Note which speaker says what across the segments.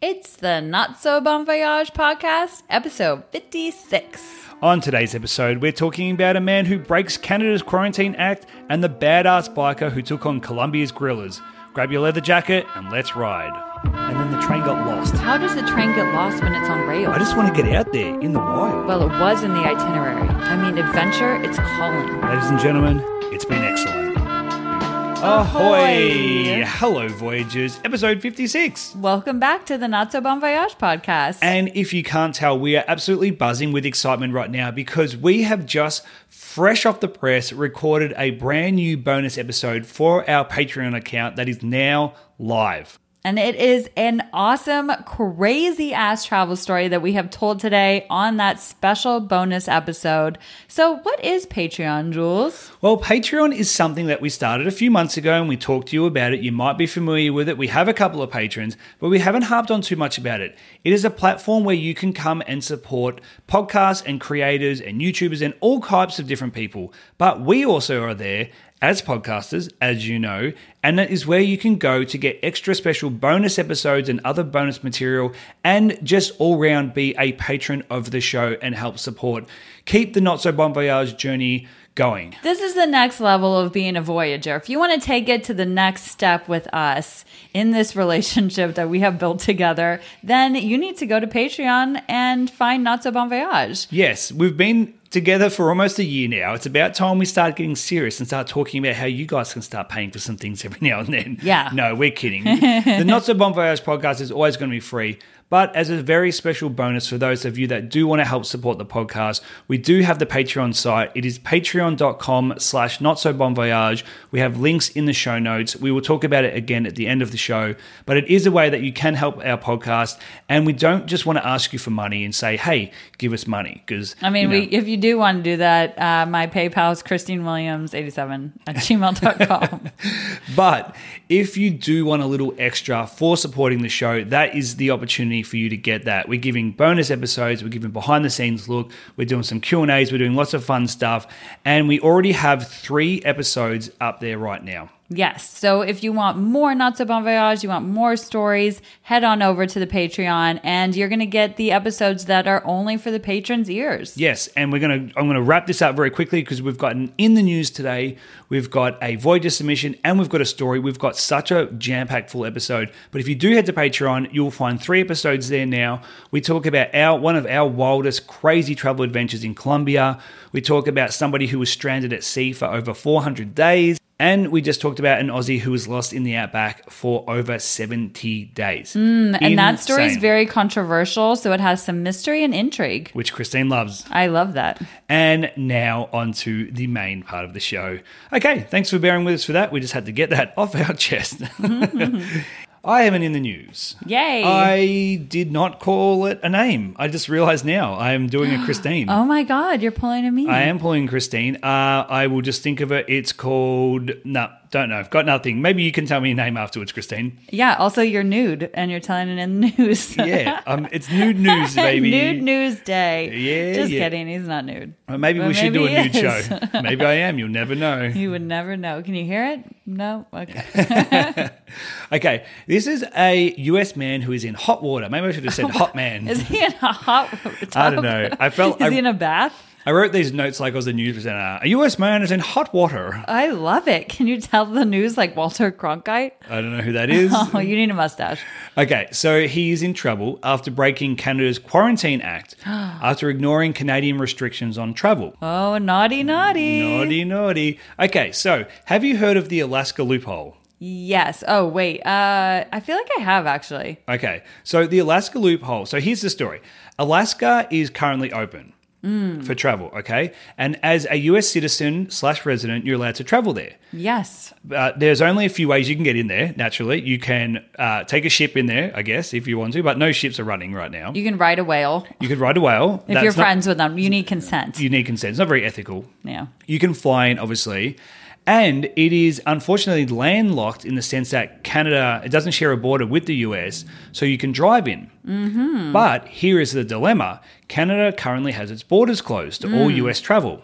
Speaker 1: It's the Not So Bon Voyage podcast, episode 56.
Speaker 2: On today's episode, we're talking about a man who breaks Canada's Quarantine Act and the badass biker who took on Colombia's grillers. Grab your leather jacket and let's ride. And then the train got lost.
Speaker 1: How does the train get lost when it's on rails?
Speaker 2: I just want to get out there in the wild.
Speaker 1: Well, it was in the itinerary. I mean, adventure, it's calling.
Speaker 2: Ladies and gentlemen, it's been excellent. Ahoy! Hello, Voyagers, episode 56.
Speaker 1: Welcome back to the Not So Bon Voyage podcast.
Speaker 2: And if you can't tell, we are absolutely buzzing with excitement right now because we have just, fresh off the press, recorded a brand new bonus episode for our Patreon account that is now live.
Speaker 1: And it is an awesome, crazy ass travel story that we have told today on that special bonus episode. So, what is Patreon, Jules?
Speaker 2: Well, Patreon is something that we started a few months ago and we talked to you about it. You might be familiar with it. We have a couple of patrons, but we haven't harped on too much about it. It is a platform where you can come and support podcasts and creators and YouTubers and all types of different people. But we also are there as podcasters, as you know, and that is where you can go to get extra special bonus episodes and other bonus material and just all round be a patron of the show and help support. Keep the Not So Bon Voyage journey going.
Speaker 1: This is the next level of being a voyager. If you want to take it to the next step with us in this relationship that we have built together, then you need to go to Patreon and find Not So Bon Voyage.
Speaker 2: Yes, we've been together for almost a year now. It's about time we start getting serious and start talking about how you guys can start paying for some things every now and then.
Speaker 1: Yeah.
Speaker 2: No, we're kidding. the Not So Bon Voyage podcast is always going to be free. But as a very special bonus for those of you that do want to help support the podcast, we do have the Patreon site. It is patreon.com slash not so bon voyage. We have links in the show notes. We will talk about it again at the end of the show. But it is a way that you can help our podcast. And we don't just want to ask you for money and say, hey, give us money. Because
Speaker 1: I mean, we, if you do want to do that, uh, my PayPal is ChristineWilliams87 at gmail.com.
Speaker 2: But if you do want a little extra for supporting the show, that is the opportunity for you to get that. We're giving bonus episodes, we're giving behind the scenes look, we're doing some Q&As, we're doing lots of fun stuff, and we already have 3 episodes up there right now.
Speaker 1: yes. So if you want more Not So Bon Voyage, you want more stories, head on over to the Patreon and you're going to get the episodes that are only for the patrons' ears.
Speaker 2: Yes, and we're gonna I'm gonna wrap this up very quickly because we've gotten in the news today. We've got a Voyager submission and we've got a story. We've got such a jam-packed full episode. But if you do head to Patreon, you'll find three episodes there now. We talk about our one of our wildest crazy travel adventures in Colombia. We talk about somebody who was stranded at sea for over 400 days. And we just talked about an Aussie who was lost in the outback for over 70 days.
Speaker 1: Mm, And that story is
Speaker 2: Insane.
Speaker 1: very controversial, so it has some mystery and intrigue.
Speaker 2: Which Christine loves.
Speaker 1: I love that.
Speaker 2: And now on to the main part of the show. Okay, thanks for bearing with us for that. We just had to get that off our chest. I haven't in the news.
Speaker 1: Yay.
Speaker 2: I did not call it a name. I just realized now I am doing a Christine.
Speaker 1: oh my God, you're pulling a me.
Speaker 2: I am pulling Christine. Uh, I will just think of it. It's called. No, don't know. I've got nothing. Maybe you can tell me your name afterwards, Christine.
Speaker 1: yeah, also you're nude and you're telling it in the news.
Speaker 2: Yeah, um, it's nude news, baby.
Speaker 1: nude news day.
Speaker 2: Yeah,
Speaker 1: Just
Speaker 2: yeah.
Speaker 1: kidding. He's not nude.
Speaker 2: Uh, Maybe
Speaker 1: But
Speaker 2: we should do
Speaker 1: maybe
Speaker 2: a nude
Speaker 1: he is.
Speaker 2: show. Maybe I am. You'll never know.
Speaker 1: You would never know. Can you hear it? No. Okay.
Speaker 2: Okay, this is a US man who is in hot water. Maybe I should have said hot man.
Speaker 1: Is he in a hot tub?
Speaker 2: I don't know. I felt
Speaker 1: Is he in
Speaker 2: I,
Speaker 1: a bath?
Speaker 2: I wrote these notes like I was a news presenter. A US man is in hot water.
Speaker 1: I love it. Can you tell the news like Walter Cronkite?
Speaker 2: I don't know who that is.
Speaker 1: Oh, you need a mustache.
Speaker 2: Okay, so he is in trouble after breaking Canada's Quarantine Act after ignoring Canadian restrictions on travel.
Speaker 1: Oh, naughty, naughty.
Speaker 2: Naughty, naughty. Okay, so have you heard of the Alaska loophole?
Speaker 1: Yes. Oh, wait. Uh, I feel like I have actually.
Speaker 2: Okay, so the Alaska loophole. So here's the story Alaska is currently open
Speaker 1: Mm.
Speaker 2: for travel, okay? And as a US citizen slash resident, you're allowed to travel there.
Speaker 1: Yes.
Speaker 2: Uh, there's only a few ways you can get in there, naturally. You can uh, take a ship in there, I guess, if you want to, but no ships are running right now.
Speaker 1: You can ride a whale
Speaker 2: You could ride a whale.
Speaker 1: if you're friends with them. You need consent.
Speaker 2: You need consent. It's not very ethical.
Speaker 1: yeah.
Speaker 2: You can fly in, obviously. And it is unfortunately landlocked in the sense that Canada it doesn't share a border with the US, so you can drive in. Mm-hmm. But here is the dilemma: Canada currently has its borders closed to all US travel.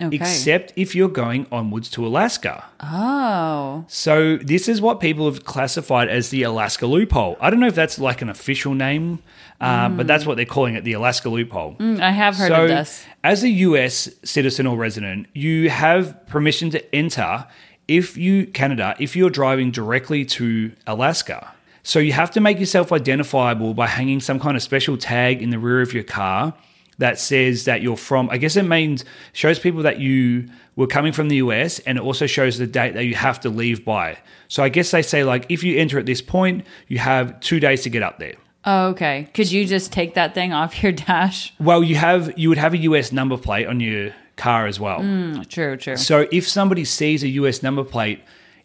Speaker 1: Okay.
Speaker 2: except if you're going onwards to Alaska.
Speaker 1: Oh,
Speaker 2: So this is what people have classified as the Alaska loophole. I don't know if that's like an official name, uh, but that's what they're calling it, the Alaska loophole.
Speaker 1: Mm, I have heard
Speaker 2: so
Speaker 1: of this.
Speaker 2: as a US citizen or resident, you have permission to enter if you Canada if you're driving directly to Alaska. So you have to make yourself identifiable by hanging some kind of special tag in the rear of your car that says that you're from I guess it means shows people that you were coming from the US and it also shows the date that you have to leave by. So I guess they say like if you enter at this point, you have 2 days to get up there.
Speaker 1: Oh, okay. Could you just take that thing off your dash?
Speaker 2: Well, you have you would have a US number plate on your car as well.
Speaker 1: Mm, True, true.
Speaker 2: So if somebody sees a US number plate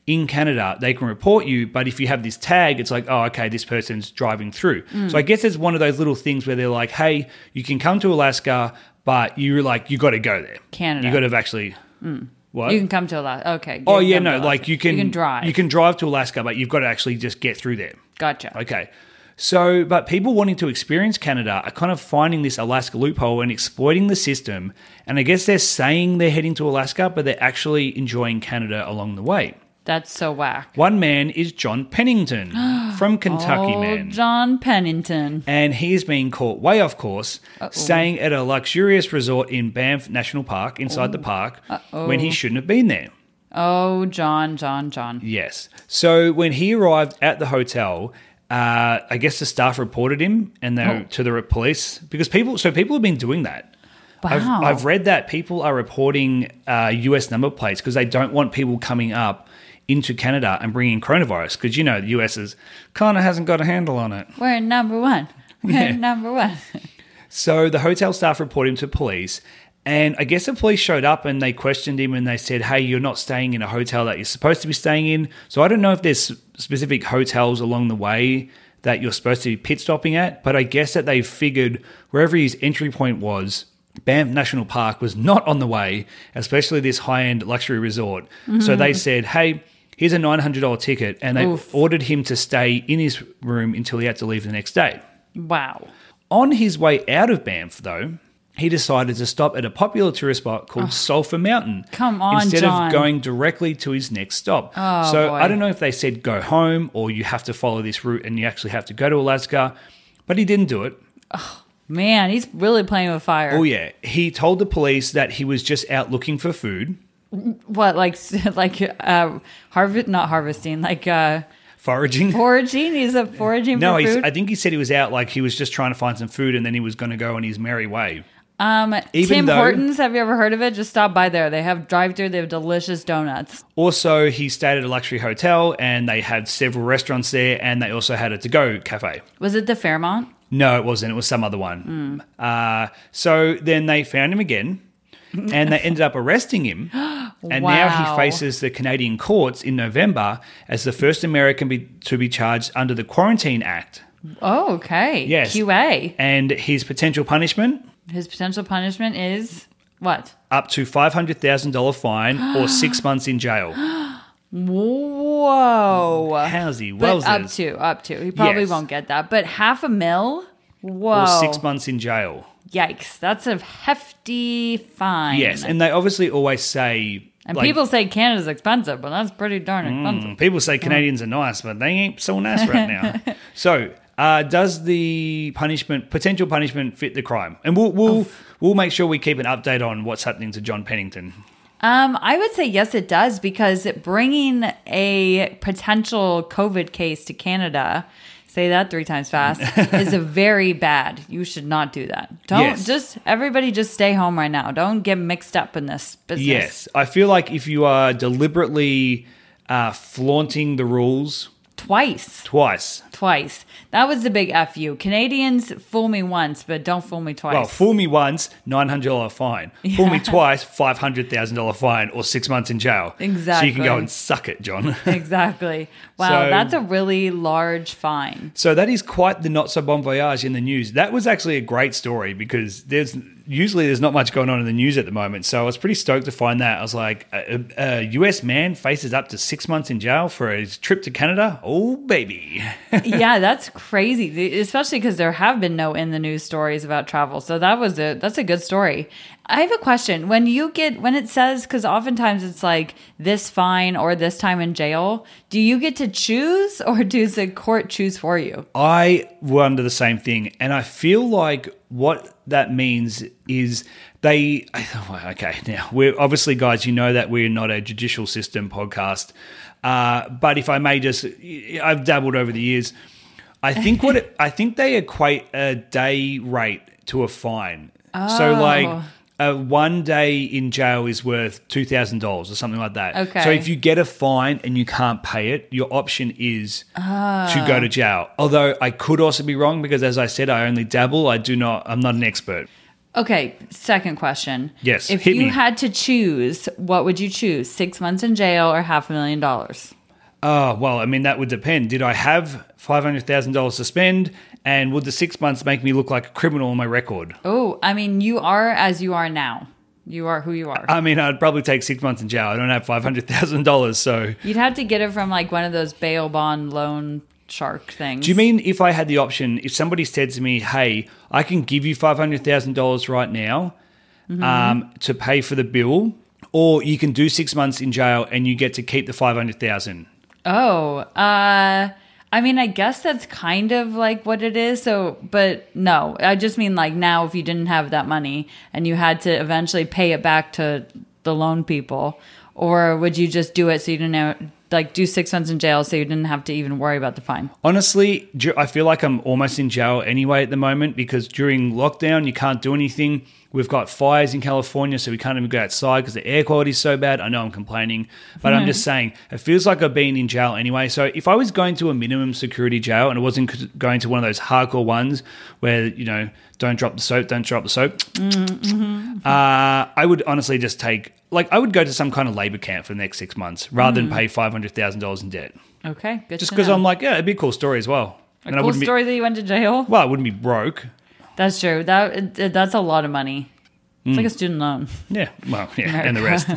Speaker 2: in Canada, they can report you. But if you have this tag, it's like, oh, okay, this person's driving through.
Speaker 1: Mm.
Speaker 2: So I guess it's one of those little things where they're like, hey, you can come to Alaska, but you're like, you got to go there.
Speaker 1: Canada. Mm.
Speaker 2: You got to have actually. What?
Speaker 1: You can come to Alaska. Okay.
Speaker 2: oh,
Speaker 1: you
Speaker 2: yeah,
Speaker 1: can come to
Speaker 2: no.
Speaker 1: Alaska.
Speaker 2: Like you can.
Speaker 1: You can drive.
Speaker 2: You can drive to Alaska, but you've got to actually just get through there.
Speaker 1: Gotcha.
Speaker 2: Okay. So, but people wanting to experience Canada are kind of finding this Alaska loophole and exploiting the system. And I guess they're saying they're heading to Alaska, but they're actually enjoying Canada along the way.
Speaker 1: That's so whack.
Speaker 2: One man is John Pennington from Kentucky,
Speaker 1: Old
Speaker 2: man.
Speaker 1: Oh, John Pennington.
Speaker 2: And he's been caught way off course, staying at a luxurious resort in Banff National Park, inside the park, when he shouldn't have been there.
Speaker 1: Oh, John, John, John.
Speaker 2: Yes. So when he arrived at the hotel, uh, I guess the staff reported him and they to the police because people. So people have been doing that.
Speaker 1: Wow.
Speaker 2: I've, I've read that people are reporting uh, U.S. number plates because they don't want people coming up into Canada and bringing coronavirus because you know the U.S. is kind of hasn't got a handle on it.
Speaker 1: We're number one. We're
Speaker 2: Yeah.
Speaker 1: number one.
Speaker 2: So the hotel staff reported him to police. And I guess the police showed up and they questioned him and they said, hey, you're not staying in a hotel that you're supposed to be staying in. So I don't know if there's s- specific hotels along the way that you're supposed to be pit stopping at, but I guess that they figured wherever his entry point was, Banff National Park was not on the way, especially this high end luxury resort. So they said, hey, here's a $900 ticket. And they ordered him to stay in his room until he had to leave the next day.
Speaker 1: Wow.
Speaker 2: On his way out of Banff, though, he decided to stop at a popular tourist spot called Sulphur Mountain.
Speaker 1: Oh, Come on,
Speaker 2: Instead
Speaker 1: John.
Speaker 2: of going directly to his next stop.
Speaker 1: Oh,
Speaker 2: so
Speaker 1: boy.
Speaker 2: I don't know if they said go home or you have to follow this route and you actually have to go to Alaska, but he didn't do it.
Speaker 1: Man, he's really playing with fire.
Speaker 2: Oh, yeah. He told the police that he was just out looking for food,
Speaker 1: What, like, s- like, uh, harvest, not harvesting, like, uh,
Speaker 2: foraging.
Speaker 1: foraging? He's a foraging
Speaker 2: no,
Speaker 1: for
Speaker 2: he's,
Speaker 1: food?
Speaker 2: I think he said he was out like he was just trying to find some food and then he was going to go on his merry way.
Speaker 1: Um,
Speaker 2: Even
Speaker 1: Tim
Speaker 2: though-
Speaker 1: Hortons, have you ever heard of it? Just stop by there. They have drive through. They have delicious donuts.
Speaker 2: Also, he stayed at a luxury hotel and they had several restaurants there and they also had a to go cafe.
Speaker 1: Was it the Fairmont?
Speaker 2: No, it wasn't. It was some other
Speaker 1: Hmm.
Speaker 2: one. Uh, so then they found him again and they ended up arresting him. And now
Speaker 1: Wow.
Speaker 2: he faces the Canadian courts in November as the first American be- to be charged under the Quarantine Act.
Speaker 1: Oh, okay.
Speaker 2: Yes.
Speaker 1: QA.
Speaker 2: And his potential punishment
Speaker 1: His potential punishment is what?
Speaker 2: up to $500,000 fine or six months in jail.
Speaker 1: Whoa.
Speaker 2: Howsy
Speaker 1: But up
Speaker 2: Wellses.
Speaker 1: to, up to. He probably
Speaker 2: Yes.
Speaker 1: won't get that. But half a mil? Whoa.
Speaker 2: Or six months in jail.
Speaker 1: Yikes. That's a hefty fine.
Speaker 2: Yes. And they obviously always say.
Speaker 1: And
Speaker 2: like, Mm.
Speaker 1: people say Canada's expensive, but that's pretty darn expensive.
Speaker 2: People say Canadians are nice, but they ain't so nice right now. so, uh, does the punishment potential punishment fit the crime? And we'll we'll we'll make sure we keep an update on what's happening to John Pennington.
Speaker 1: Um, I would say yes, it does because bringing a potential COVID case to Canada, say that three times fast, is a very bad. You should not do that. Don't
Speaker 2: Yes.
Speaker 1: just everybody just stay home right now. Don't get mixed up in this business.
Speaker 2: Yes, I feel like if you are deliberately uh, flaunting the rules
Speaker 1: twice,
Speaker 2: twice,
Speaker 1: twice. That was the big fu. Canadians fool me once, but don't fool me twice.
Speaker 2: well, fool me once, nine hundred dollar fine. Fool me twice, five hundred thousand dollar fine, or six months in jail. So you
Speaker 1: Exactly.
Speaker 2: can go and suck it, John.
Speaker 1: exactly. Wow,
Speaker 2: So-
Speaker 1: that's a really large fine.
Speaker 2: So that is quite the not so bon voyage in the news. That was actually a great story because there's usually there's not much going on in the news at the moment. So I was pretty stoked to find that. I was like, a, a a US man faces up to six months in jail for his trip to Canada. Oh baby,
Speaker 1: yeah, that's crazy. The- Especially because there have been no in the news stories about travel. So that was a that's a good story. I have a question. When you get when it says because oftentimes it's like this fine or this time in jail. Do you get to choose or does the court choose for you?
Speaker 2: I wonder the same thing, and I feel like what that means is they. Okay, now we're obviously, guys, you know that we're not a judicial system podcast, uh, but if I may just, I've dabbled over the years. I think what it, I think they equate a day rate to a fine. So like. Uh, one day in jail is worth two thousand dollars or something like that.
Speaker 1: Okay.
Speaker 2: So if you get a fine and you can't pay it, your option is to go to jail. Although I could also be wrong because, as I said, I only dabble. I do not. I'm not an expert.
Speaker 1: Okay, second question.
Speaker 2: Yes,
Speaker 1: If
Speaker 2: hit
Speaker 1: you
Speaker 2: me.
Speaker 1: had to choose, what would you choose? Six months in jail or half a million dollars?
Speaker 2: Oh well, I mean that would depend. Did I have five hundred thousand dollars to spend, and would the six months make me look like a criminal on my record?
Speaker 1: Oh, I mean, you are as you are now. You are who you are.
Speaker 2: I mean, I'd probably take six months in jail. I don't have five hundred thousand dollars, so.
Speaker 1: You'd have to get it from like one of those bail bond loan shark things.
Speaker 2: Do you mean if I had the option, if somebody said to me, "Hey, I can give you five hundred thousand dollars right now um, to pay for the bill, or you can do six months in jail and you get to keep the five hundred thousand?
Speaker 1: Oh, uh, I mean, I guess that's kind of like what it is. So, but no, I just mean like now, if you didn't have that money and you had to eventually pay it back to the loan people, or would you just do it so you didn't have, like do six months in jail so you didn't have to even worry about the fine?
Speaker 2: Honestly, ju- I feel like I'm almost in jail anyway at the moment because during lockdown you can't do anything. We've got fires in California, so we can't even go outside because the air quality is so bad. I know I'm complaining, but I'm just saying it feels like I've been in jail anyway. So if I was going to a minimum security jail and it wasn't c- going to one of those hardcore ones where you know don't drop the soap, don't drop the soap, uh, I would honestly just take like I would go to some kind of labor camp for the next six months rather than pay five hundred thousand dollars in debt.
Speaker 1: Okay, good.
Speaker 2: Just
Speaker 1: to
Speaker 2: because
Speaker 1: know.
Speaker 2: I'm like, yeah, it'd be a cool story as well.
Speaker 1: a cool
Speaker 2: wouldn't
Speaker 1: story that you went to jail.
Speaker 2: Be, well, I wouldn't be broke.
Speaker 1: That's true. That that's a lot of money. It's
Speaker 2: Hmm.
Speaker 1: like a student loan.
Speaker 2: Yeah. Well, yeah, and the rest.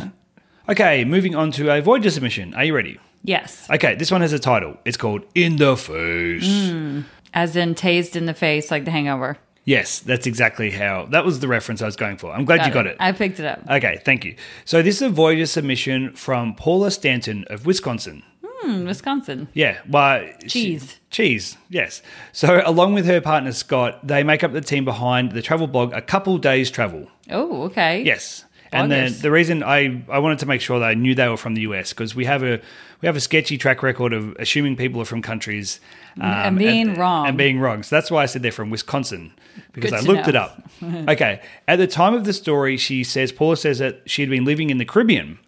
Speaker 2: Okay, moving on to a Voyager submission. Are you ready?
Speaker 1: Yes,
Speaker 2: Okay, this one has a title. It's called In the Face.
Speaker 1: Mm. as in tased in the face, like the Hangover.
Speaker 2: Yes, that's exactly how. That was the reference I was going for. I'm glad you got it.
Speaker 1: I picked it up.
Speaker 2: Okay, thank you. So this is a Voyager submission from Paula Stanton of Wisconsin.
Speaker 1: Hmm, Wisconsin.
Speaker 2: Yeah, well, she-
Speaker 1: Cheese.
Speaker 2: cheese, yes. So along with her partner Scott, they make up the team behind the travel blog A Couple Days Travel.
Speaker 1: Oh, okay.
Speaker 2: Yes. And then
Speaker 1: August.
Speaker 2: the reason I, I wanted to make sure that I knew they were from the US because we have a we have a sketchy track record of assuming people are from countries um,
Speaker 1: And being wrong.
Speaker 2: and being wrong. So that's why I said they're from Wisconsin because
Speaker 1: Good
Speaker 2: I
Speaker 1: to
Speaker 2: looked
Speaker 1: know.
Speaker 2: it up. okay, at the time of the story, she says Paula says that she had been living in the Caribbean.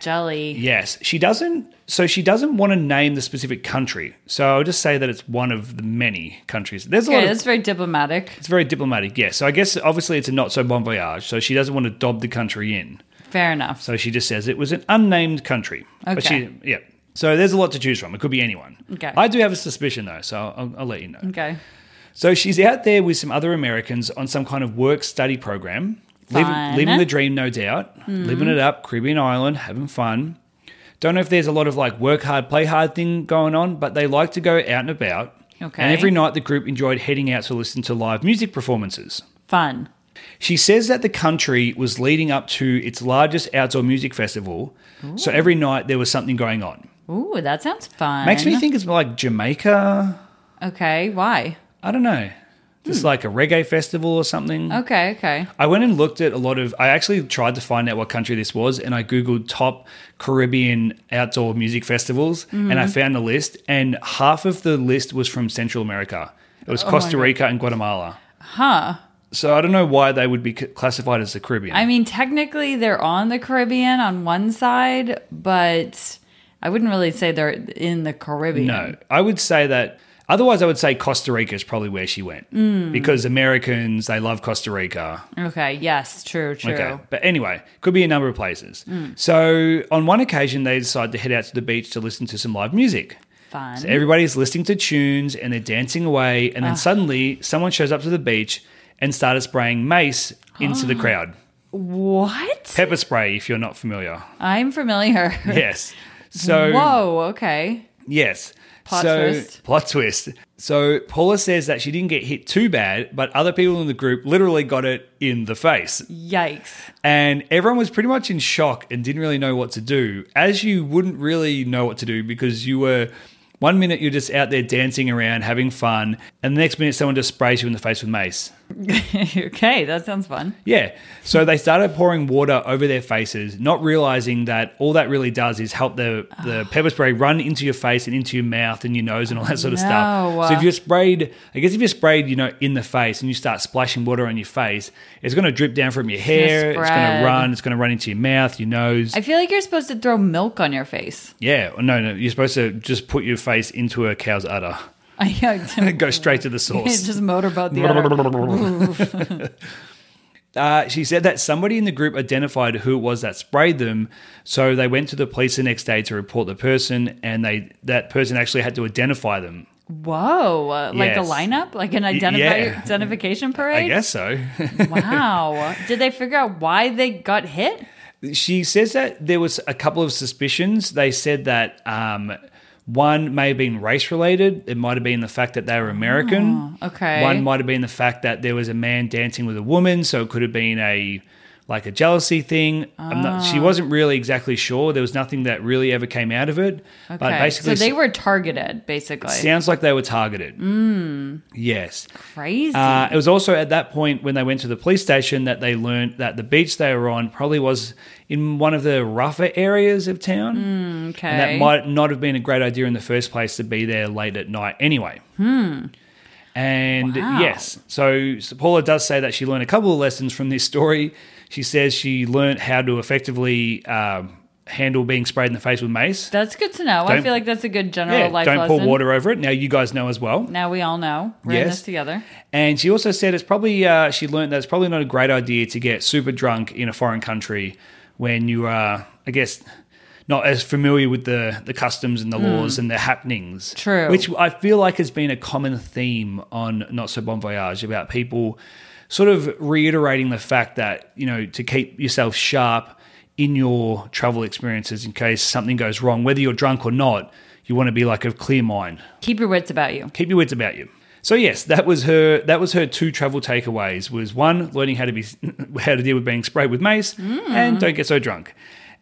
Speaker 1: Jelly.
Speaker 2: Yes, she doesn't. So she doesn't want to name the specific country. So I'll just say that it's one of the many countries. There's a lot
Speaker 1: Okay,
Speaker 2: of
Speaker 1: that's very diplomatic.
Speaker 2: it's very diplomatic. Yes. So I guess obviously it's a not so bon voyage. So she doesn't want to dob the country in.
Speaker 1: Fair enough.
Speaker 2: So she just says it was an unnamed country. But
Speaker 1: Okay.
Speaker 2: she- yeah. So there's a lot to choose from. It could be anyone.
Speaker 1: Okay.
Speaker 2: I do have a suspicion though, so I'll, I'll let you know.
Speaker 1: okay.
Speaker 2: So she's out there with some other Americans on some kind of work study program, living,
Speaker 1: Fun.
Speaker 2: living the dream, no doubt, living it up, Caribbean island, having fun. Don't know if there's a lot of like work hard, play hard thing going on, but they like to go out and about.
Speaker 1: Okay.
Speaker 2: And every night the group enjoyed heading out to listen to live music performances.
Speaker 1: Fun.
Speaker 2: She says that the country was leading up to its largest outdoor music festival, so every night there was something going on.
Speaker 1: Ooh, that sounds fun.
Speaker 2: Makes me think it's more like Jamaica.
Speaker 1: Okay, why?
Speaker 2: I don't know. Just like a reggae festival or something.
Speaker 1: Hmm. Okay, okay.
Speaker 2: I went and looked at a lot of. I actually tried to find out what country this was, and I googled top Caribbean outdoor music festivals, and
Speaker 1: Mm-hmm.
Speaker 2: I found a list, and half of the list was from Central America. It was Costa
Speaker 1: Oh God.
Speaker 2: Rica and Guatemala. Huh. So I don't know why they would be c- classified as the Caribbean.
Speaker 1: I mean, technically they're on the Caribbean on one side, but I wouldn't really say they're in the Caribbean.
Speaker 2: No, I would say that. Otherwise, I would say Costa Rica is probably where she went because Americans they love Costa Rica.
Speaker 1: Okay, yes, true, true.
Speaker 2: but anyway, could be a number of places. So on one occasion, they decide to head out to the beach to listen to some live music.
Speaker 1: Fun.
Speaker 2: So everybody's listening to tunes and they're dancing away, and then suddenly someone shows up to the beach and started spraying mace into the crowd.
Speaker 1: what?
Speaker 2: Pepper spray, if you're not familiar.
Speaker 1: I'm familiar.
Speaker 2: Yes. So
Speaker 1: Whoa, okay.
Speaker 2: Yes.
Speaker 1: Plot
Speaker 2: so,
Speaker 1: twist.
Speaker 2: Plot twist. So Paula says that she didn't get hit too bad, but other people in the group literally got it in the face.
Speaker 1: Yikes.
Speaker 2: And everyone was pretty much in shock and didn't really know what to do, as you wouldn't really know what to do because you were. One minute you're just out there dancing around, having fun, and the next minute someone just sprays you in the face with mace.
Speaker 1: okay, that sounds fun.
Speaker 2: Yeah. So they started pouring water over their faces, not realizing that all that really does is help the,
Speaker 1: Ah.
Speaker 2: the pepper spray run into your face and into your mouth and your nose and all that sort of
Speaker 1: No.
Speaker 2: stuff. So if you're sprayed, I guess if you're sprayed, you know, in the face and you start splashing water on your face, it's going to drip down from your
Speaker 1: gonna
Speaker 2: hair, it's going
Speaker 1: spread.
Speaker 2: to run, it's going to run into your mouth, your nose.
Speaker 1: I feel like you're supposed to throw milk on your face.
Speaker 2: yeah. No, no. You're supposed to just put your face into a cow's udder.
Speaker 1: I
Speaker 2: Go straight to the source.
Speaker 1: just motorboat the other.
Speaker 2: Uh, she said that somebody in the group identified who it was that sprayed them, so they went to the police the next day to report the person, and they that person actually had to identify them.
Speaker 1: Whoa, uh, like a
Speaker 2: Yes.
Speaker 1: lineup, like an identifi-
Speaker 2: yeah.
Speaker 1: identification parade.
Speaker 2: I guess so.
Speaker 1: Wow. Did they figure out why they got hit?
Speaker 2: she says that there was a couple of suspicions. They said that um, one may have been race related. It might have been the fact that they were American.
Speaker 1: Oh, okay.
Speaker 2: One might have been the fact that there was a man dancing with a woman, so it could have been a like a jealousy thing. I'm not,
Speaker 1: Ah.
Speaker 2: she wasn't really exactly sure. There was nothing that really ever came out of it.
Speaker 1: Okay.
Speaker 2: But basically,
Speaker 1: so they were targeted, basically.
Speaker 2: sounds like they were targeted.
Speaker 1: Mm.
Speaker 2: Yes.
Speaker 1: Crazy.
Speaker 2: Uh, it was also at that point when they went to the police station that they learned that the beach they were on probably was in one of the rougher areas of town.
Speaker 1: Hmm. okay.
Speaker 2: And that might not have been a great idea in the first place to be there late at night anyway. Hmm. And
Speaker 1: Wow.
Speaker 2: yes, so, so Paula does say that she learned a couple of lessons from this story. She says she learned how to effectively um, handle being sprayed in the face with mace.
Speaker 1: that's good to know. I
Speaker 2: Don't-
Speaker 1: feel like that's a good general
Speaker 2: Yeah,
Speaker 1: life
Speaker 2: don't
Speaker 1: lesson.
Speaker 2: pour water over it. Now you guys know as well.
Speaker 1: Now we all know. We're in
Speaker 2: Yes.
Speaker 1: this together.
Speaker 2: And she also said it's probably uh, she learned that it's probably not a great idea to get super drunk in a foreign country when you are, I guess, not as familiar with the the customs and the laws and the happenings.
Speaker 1: True.
Speaker 2: Which I feel like has been a common theme on Not So Bon Voyage about people sort of reiterating the fact that you know to keep yourself sharp in your travel experiences in case something goes wrong, whether you're drunk or not. You want to be like of clear mind
Speaker 1: Keep your wits about you.
Speaker 2: keep your wits about you. So yes, that was her. That was her two travel takeaways: was one, learning how to be how to deal with being sprayed with mace,
Speaker 1: Mm.
Speaker 2: and don't get so drunk.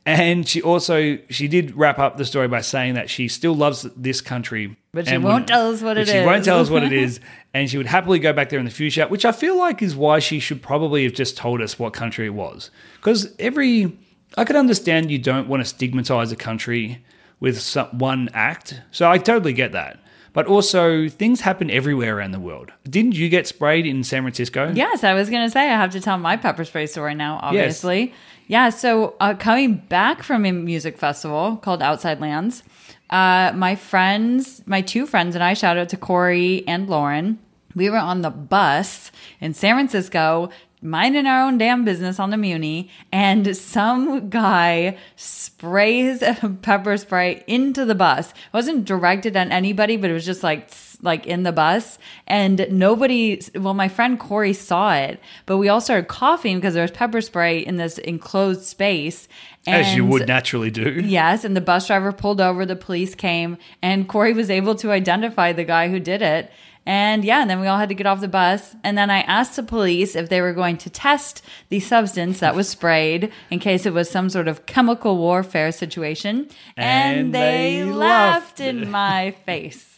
Speaker 2: And she also she did wrap up the story by saying that she still loves this country,
Speaker 1: But she
Speaker 2: and
Speaker 1: won't
Speaker 2: would-
Speaker 1: tell us what
Speaker 2: but
Speaker 1: it
Speaker 2: She won't
Speaker 1: is.
Speaker 2: tell us what
Speaker 1: Mm-hmm.
Speaker 2: it is, and she would happily go back there in the future. Which I feel like is why she should probably have just told us what country it was, because every I could understand you don't want to stigmatize a country with some, one act, so I totally get that. But also, things happen everywhere around the world. Didn't you get sprayed in San Francisco?
Speaker 1: Yes, I was going to say I have to tell my pepper spray story now, obviously. Yeah, so uh, coming back from a music festival called Outside Lands, uh, my friends, my two friends, and I, shout out to Corey and Lauren, we were on the bus in San Francisco. Minding our own damn business on the Muni, and some guy sprays a pepper spray into the bus. It wasn't directed at anybody, but it was just like tss, like in the bus and nobody well my friend corey saw it but we all started coughing because there was pepper spray in this enclosed space and
Speaker 2: as you would naturally do.
Speaker 1: yes and the bus driver pulled over the police came and corey was able to identify the guy who did it and yeah and then we all had to get off the bus and then i asked the police if they were going to test the substance that was sprayed in case it was some sort of chemical warfare situation and,
Speaker 2: And
Speaker 1: they,
Speaker 2: they
Speaker 1: laughed
Speaker 2: laughed.
Speaker 1: in my face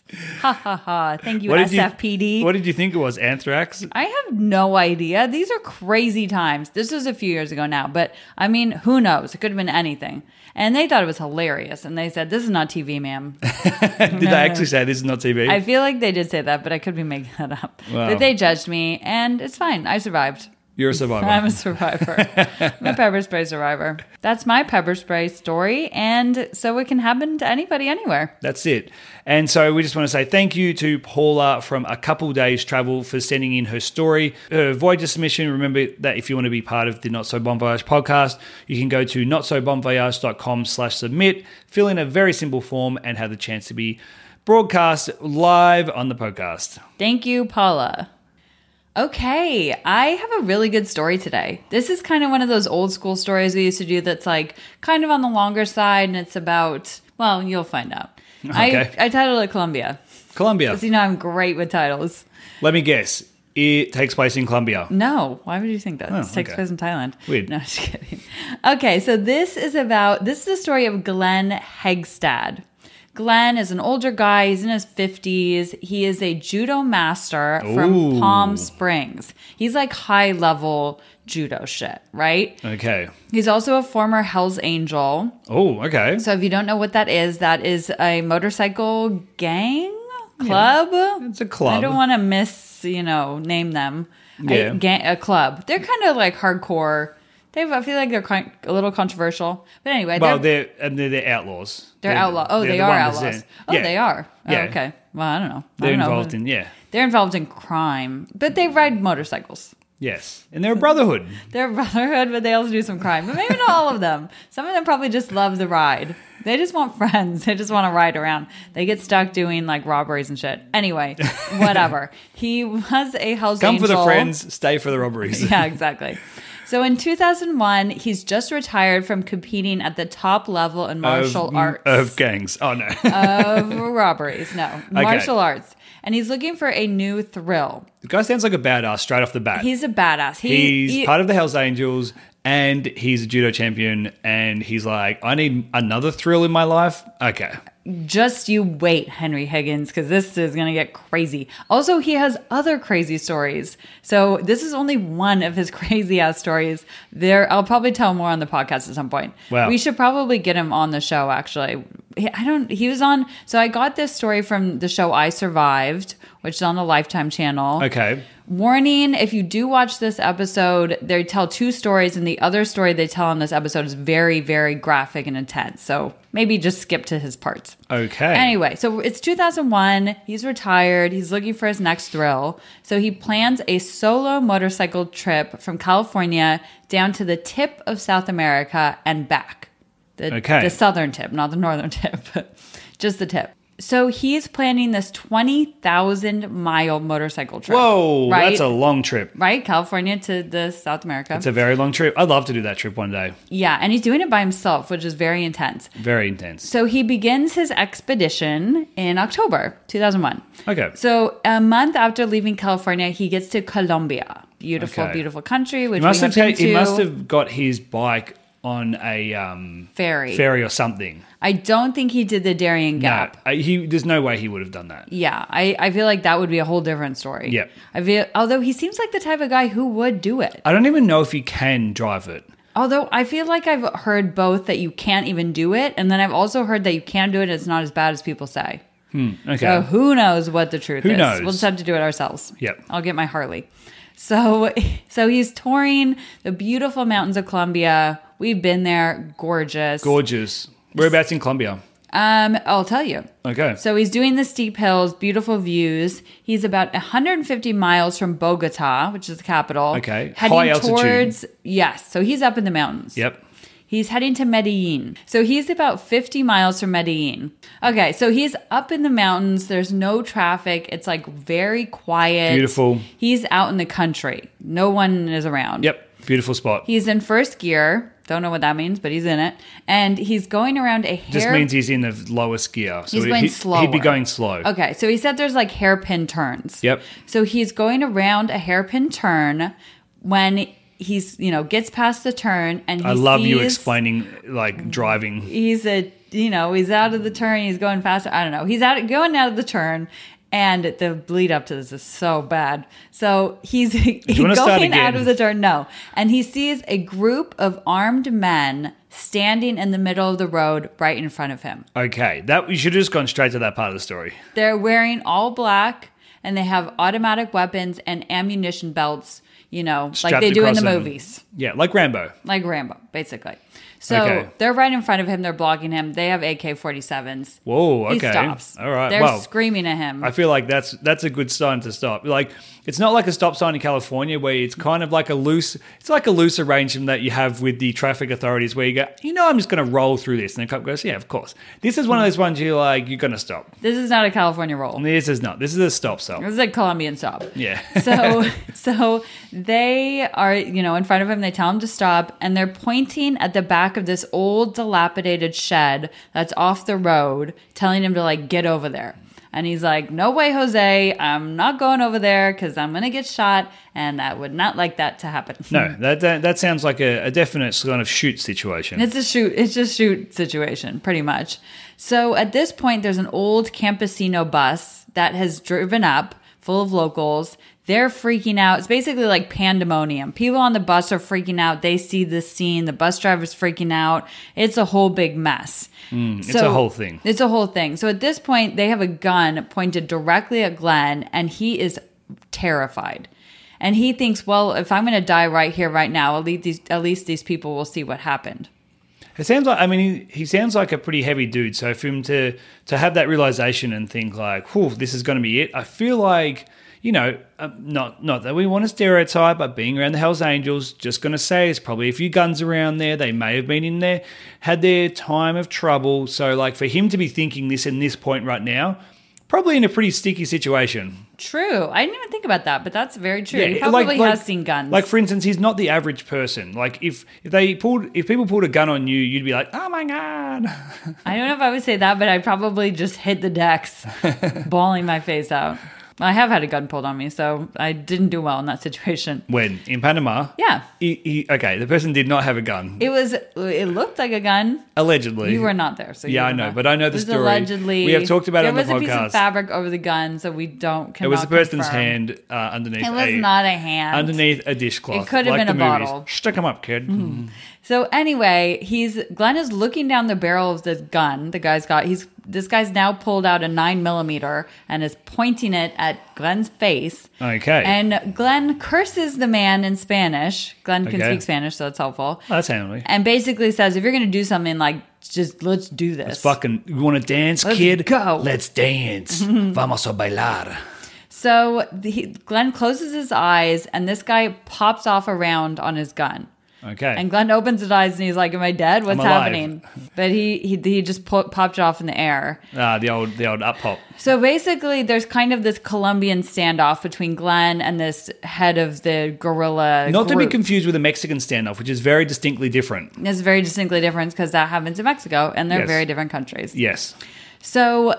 Speaker 1: ha ha ha thank you
Speaker 2: did you-
Speaker 1: sfpd
Speaker 2: What did you think it was? Anthrax?
Speaker 1: I have no idea. These are crazy times. This was a few years ago now, but I mean, who knows? It could have been anything. And they thought it was hilarious. And they said, This is not TV, ma'am.
Speaker 2: Did they actually say this is not TV?
Speaker 1: I feel like they did say that, but I could be making that up.
Speaker 2: Wow.
Speaker 1: But they judged me, and it's fine. I survived.
Speaker 2: You're a survivor.
Speaker 1: I'm a survivor. I'm a pepper spray survivor. That's my pepper spray story. And so it can happen to anybody anywhere.
Speaker 2: That's it. And so we just want to say thank you to Paula from A Couple Days Travel for sending in her story, her Voyager submission. Remember that if you want to be part of the Not So Bon Voyage podcast, you can go to notsobonvoyage.com slash submit, fill in a very simple form and have the chance to be broadcast live on the podcast.
Speaker 1: Thank you, Paula. Okay, I have a really good story today. This is kind of one of those old school stories we used to do that's like kind of on the longer side and it's about, well, you'll find out.
Speaker 2: Okay.
Speaker 1: I, I titled it Columbia.
Speaker 2: Colombia.
Speaker 1: 'Cause you know I'm great with titles.
Speaker 2: Let me guess. It takes place in Colombia.
Speaker 1: No, why would you think that? this takes
Speaker 2: Oh, okay.
Speaker 1: place in Thailand.
Speaker 2: Weird.
Speaker 1: No, just kidding. Okay, so this is about this is the story of Glenn Hegstad. Glenn is an older guy. He's in his 50s. He is a judo master
Speaker 2: Ooh.
Speaker 1: from Palm Springs. He's like high level judo shit, right?
Speaker 2: Okay.
Speaker 1: He's also a former Hell's Angel.
Speaker 2: Oh, okay.
Speaker 1: So if you don't know what that is, that is a motorcycle gang club.
Speaker 2: It's a club.
Speaker 1: I don't want to miss, you know, name them. I-
Speaker 2: Yeah.
Speaker 1: gang, a club. They're kind of like hardcore. They have, I feel like they're kind, a little controversial. But anyway,
Speaker 2: well,
Speaker 1: they're,
Speaker 2: they're um, they're, they're outlaws.
Speaker 1: they're, outlaw. Oh,
Speaker 2: they're
Speaker 1: they
Speaker 2: the
Speaker 1: are
Speaker 2: 1%.
Speaker 1: outlaws. Oh,
Speaker 2: Yeah.
Speaker 1: they are. Oh,
Speaker 2: Yeah.
Speaker 1: okay. Well, I don't know. I
Speaker 2: They're
Speaker 1: don't know.
Speaker 2: involved in yeah.
Speaker 1: They're involved in crime, but they ride motorcycles.
Speaker 2: Yes, and they're a brotherhood.
Speaker 1: They're a brotherhood, but they also do some crime. But maybe not all of them. Some of them probably just love the ride. They just want friends. They just want to ride around. They get stuck doing like robberies and shit. Anyway, whatever. he was a Hell's
Speaker 2: Come for the
Speaker 1: Angel.
Speaker 2: friends, stay for the robberies.
Speaker 1: yeah, exactly. So in 2001, he's just retired from competing at the top level in martial
Speaker 2: of,
Speaker 1: arts
Speaker 2: of gangs. Oh no.
Speaker 1: of robberies. No, martial arts. And he's looking for a new thrill.
Speaker 2: the guy sounds like a badass straight off the bat.
Speaker 1: He's a badass. He,
Speaker 2: he's
Speaker 1: he-
Speaker 2: part of the Hells Angels and he's a judo champion and he's like, I need another thrill in my life. Okay.
Speaker 1: just you wait, Henry Higgins, because this is going to get crazy. Also, he has other crazy stories. So this is only one of his crazy ass stories. There, I'll probably tell more on the podcast at some point.
Speaker 2: Wow.
Speaker 1: We should probably get him on the show. Actually, He- I don't. He was on. So I got this story from the show I Survived, which is on the Lifetime channel.
Speaker 2: Okay.
Speaker 1: Warning if you do watch this episode, they tell two stories, and the other story they tell on this episode is very, very graphic and intense. So maybe just skip to his parts.
Speaker 2: Okay.
Speaker 1: Anyway, so it's 2001. He's retired. He's looking for his next thrill. So he plans a solo motorcycle trip from California down to the tip of South America and back. The,
Speaker 2: Okay.
Speaker 1: the southern tip, not the northern tip, just the tip. So he's planning this 20,000 mile motorcycle trip.
Speaker 2: Whoa,
Speaker 1: right?
Speaker 2: that's a long trip.
Speaker 1: Right, California to the South America.
Speaker 2: It's a very long trip. I'd love to do that trip one day.
Speaker 1: yeah, and he's doing it by himself, which is very intense.
Speaker 2: Very intense.
Speaker 1: So he begins his expedition in October 2001.
Speaker 2: Okay.
Speaker 1: So a month after leaving California, he gets to Colombia. Beautiful,
Speaker 2: Okay.
Speaker 1: beautiful country, which
Speaker 2: He must
Speaker 1: we
Speaker 2: have
Speaker 1: have
Speaker 2: ta-
Speaker 1: been to.
Speaker 2: he must have got his bike on a um,
Speaker 1: Ferry.
Speaker 2: ferry or something.
Speaker 1: I don't think he did the Darien
Speaker 2: No,
Speaker 1: Gap.
Speaker 2: I- he. There's no way he would have done that.
Speaker 1: Yeah, I, I feel like that would be a whole different story.
Speaker 2: Yep.
Speaker 1: I feel although he seems like the type of guy who would do it.
Speaker 2: I don't even know if you can drive it.
Speaker 1: Although I feel like I've heard both that you can't even do it, and then I've also heard that you can do it. It's not as bad as people say.
Speaker 2: Okay.
Speaker 1: So who knows what the truth
Speaker 2: Who
Speaker 1: is?
Speaker 2: knows?
Speaker 1: We'll just have to do it ourselves.
Speaker 2: Yep.
Speaker 1: I'll get my Harley. So so he's touring the beautiful mountains of Colombia. We've been there, gorgeous.
Speaker 2: Gorgeous. Whereabouts in Colombia?
Speaker 1: um, I'll tell you.
Speaker 2: Okay.
Speaker 1: So he's doing the steep hills, beautiful views. He's about 150 miles from Bogota, which is the capital.
Speaker 2: Okay.
Speaker 1: Heading
Speaker 2: High altitude.
Speaker 1: towards yes. So he's up in the mountains.
Speaker 2: yep.
Speaker 1: He's heading to Medellin. So he's about 50 miles from Medellin. Okay, so he's up in the mountains. There's no traffic. It's like very quiet.
Speaker 2: Beautiful.
Speaker 1: He's out in the country. No one is around.
Speaker 2: Yep. Beautiful spot.
Speaker 1: He's in first gear. Don't know what that means, but he's in it. And he's going around a hair.
Speaker 2: Just means he's in the lowest gear. So
Speaker 1: He's going
Speaker 2: He'd be
Speaker 1: slower.
Speaker 2: going slow.
Speaker 1: Okay, so he said there's like hairpin turns.
Speaker 2: Yep.
Speaker 1: So he's going around a hairpin turn when he's, you know, gets past the turn and he
Speaker 2: I love you
Speaker 1: sees-
Speaker 2: explaining like driving.
Speaker 1: he's a you know he's out of the turn he's going faster i don't know he's out going out of the turn and the bleed up to this is so bad so he's
Speaker 2: wanna start
Speaker 1: going out
Speaker 2: again?
Speaker 1: of the turn no and he sees a group of armed men standing in the middle of the road right in front of him
Speaker 2: Okay. That we should have just gone straight to that part of the story.
Speaker 1: they're wearing all black and they have automatic weapons and ammunition belts you know like
Speaker 2: Strapped
Speaker 1: they do in
Speaker 2: across
Speaker 1: the
Speaker 2: them.
Speaker 1: movies
Speaker 2: Yeah, like Rambo.
Speaker 1: like rambo basically so
Speaker 2: Okay.
Speaker 1: they're right in front of him they're blocking him they have ak-47s
Speaker 2: Whoa, okay.
Speaker 1: He stops.
Speaker 2: All right.
Speaker 1: They're
Speaker 2: well,
Speaker 1: screaming at him.
Speaker 2: I feel like that's that's a good sign to stop. Like it's not like a stop sign in California where it's kind of like a loose it's like a loose arrangement that you have with the traffic authorities where you go, you know I'm just gonna roll through this. And the cop goes, Yeah, of course. This is one of those ones you're like, you're gonna stop.
Speaker 1: this is not a California roll.
Speaker 2: This is not. This is a stop sign.
Speaker 1: This is a Colombian stop.
Speaker 2: Yeah.
Speaker 1: so so they are, you know, in front of him, they tell him to stop, and they're pointing at the back of this old dilapidated shed that's off the road, telling him to like get over there. And he's like, "No way, Jose! I'm not going over there because I'm gonna get shot, and I would not like that to happen."
Speaker 2: No, that that, that sounds like a, a definite kind of shoot situation.
Speaker 1: It's a shoot. It's a shoot situation, pretty much. So at this point, there's an old campesino bus that has driven up, full of locals. They're freaking out. It's basically like pandemonium. People on the bus are freaking out. They see this scene. The bus driver's freaking out. It's a whole big mess.
Speaker 2: Mm, it's a whole thing.
Speaker 1: It's a whole thing. So at this point, they have a gun pointed directly at Glenn, and he is terrified. And he thinks, well, if I'm going to die right here, right now, at least these, at least these people will see what happened.
Speaker 2: It sounds like I mean he, he sounds like a pretty heavy dude. So for him to to have that realization and think like, "Whew, this is going to be it," I feel like you know, um, not not that we want to stereotype, but being around the Hell's Angels, just going to say is probably a few guns around there. They may have been in there, had their time of trouble. So like for him to be thinking this in this point right now, probably in a pretty sticky situation.
Speaker 1: True. I didn't even think about that, but that's very true. he
Speaker 2: Yeah,
Speaker 1: probably has seen guns.
Speaker 2: Like for instance, he's not the average person. Like if if they pulled if people pulled a gun on you, you'd be like, "Oh my god."
Speaker 1: I don't know if I would say that, but I probably just hit the decks, bawling my face out. I have had a gun pulled on me, so I didn't do well in that situation.
Speaker 2: When in Panama,
Speaker 1: Yeah.
Speaker 2: he, he, okay, the person did not have a gun
Speaker 1: It was. It looked like a gun.
Speaker 2: allegedly.
Speaker 1: You were not there, so you
Speaker 2: Yeah, I
Speaker 1: don't
Speaker 2: know, but I know the
Speaker 1: It was
Speaker 2: story.
Speaker 1: Allegedly,
Speaker 2: We have talked about it
Speaker 1: there
Speaker 2: on the
Speaker 1: was a piece
Speaker 2: podcast.
Speaker 1: of fabric over the gun, so we don't.
Speaker 2: It was the
Speaker 1: cannot
Speaker 2: person's
Speaker 1: confirm.
Speaker 2: hand uh, underneath.
Speaker 1: It was
Speaker 2: a,
Speaker 1: not a hand.
Speaker 2: Underneath a dishcloth.
Speaker 1: It could have
Speaker 2: like
Speaker 1: been
Speaker 2: the
Speaker 1: a
Speaker 2: movies.
Speaker 1: bottle. Mm-hmm.
Speaker 2: Stick him up, kid.
Speaker 1: So anyway, he's Glenn is looking down the barrel of this gun. The guy's got he's this guy's now pulled out a nine millimeter and is pointing it at Glenn's face.
Speaker 2: Okay.
Speaker 1: And Glenn curses the man in Spanish. Glenn can
Speaker 2: Okay.
Speaker 1: speak Spanish, so that's helpful.
Speaker 2: Oh, that's handy.
Speaker 1: And basically says, if you're going to do something, like just let's do this.
Speaker 2: Fucking, you want to dance,
Speaker 1: Let's
Speaker 2: kid?
Speaker 1: go. Mm-hmm.
Speaker 2: Let's dance. Vamos a bailar.
Speaker 1: So the, he, Glenn closes his eyes, and this guy pops off a round on his gun.
Speaker 2: Okay.
Speaker 1: And Glenn opens his eyes and he's like, "Am I dead? What's
Speaker 2: alive."
Speaker 1: happening?" But he he, he just po- popped it off in the air.
Speaker 2: Ah, the old, the old up pop.
Speaker 1: So basically, there's kind of this Colombian standoff between Glenn and this head of the guerrilla.
Speaker 2: Not to be
Speaker 1: group.
Speaker 2: confused with a Mexican standoff, which is very distinctly different.
Speaker 1: It's very distinctly different because that happens in Mexico, and they're
Speaker 2: Yes.
Speaker 1: very different countries.
Speaker 2: Yes.
Speaker 1: So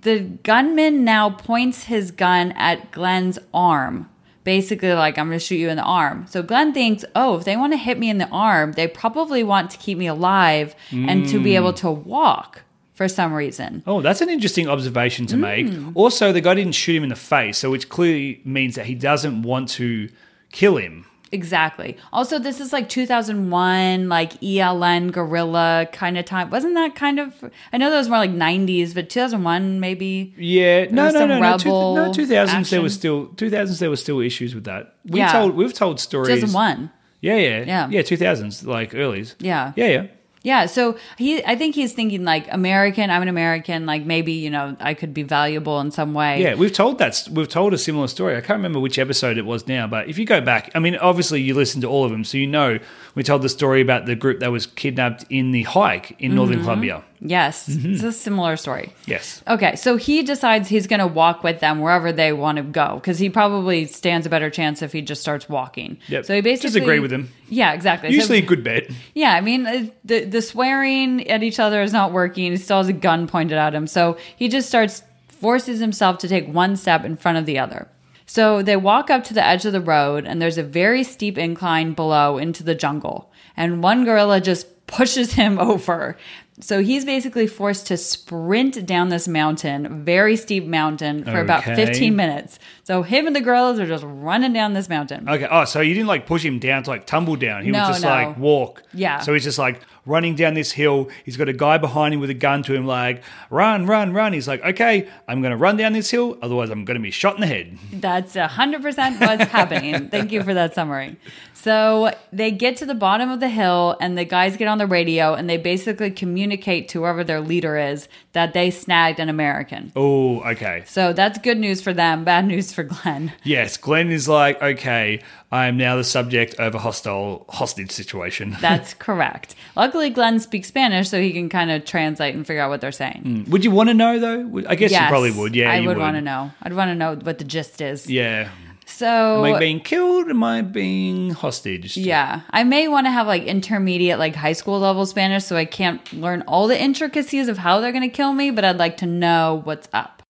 Speaker 1: the gunman now points his gun at Glenn's arm. Basically, like, I'm going to shoot you in the arm. So Glenn thinks, oh, if they want to hit me in the arm, they probably want to keep me alive and to be
Speaker 2: Mm.
Speaker 1: able to walk for some reason.
Speaker 2: Oh, that's an interesting observation to
Speaker 1: Hmm.
Speaker 2: make. Also, the guy didn't shoot him in the face, so which clearly means that he doesn't want to kill him.
Speaker 1: Exactly. Also, this is like 2001, like ELN guerrilla kind of time. Wasn't that kind of? I know that was more like 90s, but 2001 maybe.
Speaker 2: Yeah, no,
Speaker 1: was
Speaker 2: no,
Speaker 1: some
Speaker 2: no, no. Two,
Speaker 1: rebel
Speaker 2: no, two thousands there
Speaker 1: action.
Speaker 2: was still two thousands there was still issues with that. We
Speaker 1: Yeah.
Speaker 2: told we've told stories.
Speaker 1: 2001.
Speaker 2: Yeah, yeah,
Speaker 1: Yeah.
Speaker 2: yeah. Two thousands, like earlies.
Speaker 1: Yeah.
Speaker 2: yeah, yeah.
Speaker 1: Yeah, so he, I think he's thinking like American. I'm an American. Like maybe you know I could be valuable in some way.
Speaker 2: Yeah, we've told that. We've told a similar story. I can't remember which episode it was now, but if you go back, I mean, obviously you listen to all of them, so you know we told the story about the group that was kidnapped in the hike in
Speaker 1: Mm-hmm.
Speaker 2: northern Colombia.
Speaker 1: Yes,
Speaker 2: Mm-hmm.
Speaker 1: it's a similar story.
Speaker 2: Yes.
Speaker 1: Okay, so he decides he's going to walk with them wherever they want to go because he probably stands a better chance if he just starts walking.
Speaker 2: Yep.
Speaker 1: So he
Speaker 2: Just
Speaker 1: basically
Speaker 2: agree with him.
Speaker 1: Yeah, exactly. So-
Speaker 2: Usually a good bet.
Speaker 1: Yeah, I mean, uh, the the swearing at each other is not working. He still has a gun pointed at him. So he just starts forces himself to take one step in front of the other. So they walk up to the edge of the road and there's a very steep incline below into the jungle. And one gorilla just pushes him over. So he's basically forced to sprint down this mountain, very steep mountain, for about
Speaker 2: Okay.
Speaker 1: 15 minutes. So him and the gorillas are just running down this mountain.
Speaker 2: Okay. Oh, so you didn't like push him down to like tumble down. He
Speaker 1: No,
Speaker 2: was just
Speaker 1: no.
Speaker 2: like walk.
Speaker 1: Yeah.
Speaker 2: So he's just like running down this hill. He's got a guy behind him with a gun to him, like run, run, run. He's like, okay, I'm gonna run down this hill, otherwise I'm gonna be shot in the head.
Speaker 1: That's 100% what's happening. Thank you for that summary. So they get to the bottom of the hill, and the guys get on the radio and they basically communicate to whoever their leader is that they snagged an American.
Speaker 2: Oh, okay.
Speaker 1: So that's good news for them, bad news for Glenn.
Speaker 2: Yes, Glenn is like, okay, I am now the subject of a hostile hostage situation.
Speaker 1: That's correct. Luckily, Glenn speaks Spanish, so he can kind of translate and figure out what they're saying.
Speaker 2: would you want to know though? Mm. Would- I guess
Speaker 1: Yes,
Speaker 2: you probably would. Yeah,
Speaker 1: I
Speaker 2: you
Speaker 1: would want to know. I'd want to know what the gist is.
Speaker 2: Yeah.
Speaker 1: So
Speaker 2: Am I being killed? Am I being hostage?
Speaker 1: Yeah. I may want to have like intermediate, like high school level Spanish so I can't learn all the intricacies of how they're going to kill me, but I'd like to know what's up.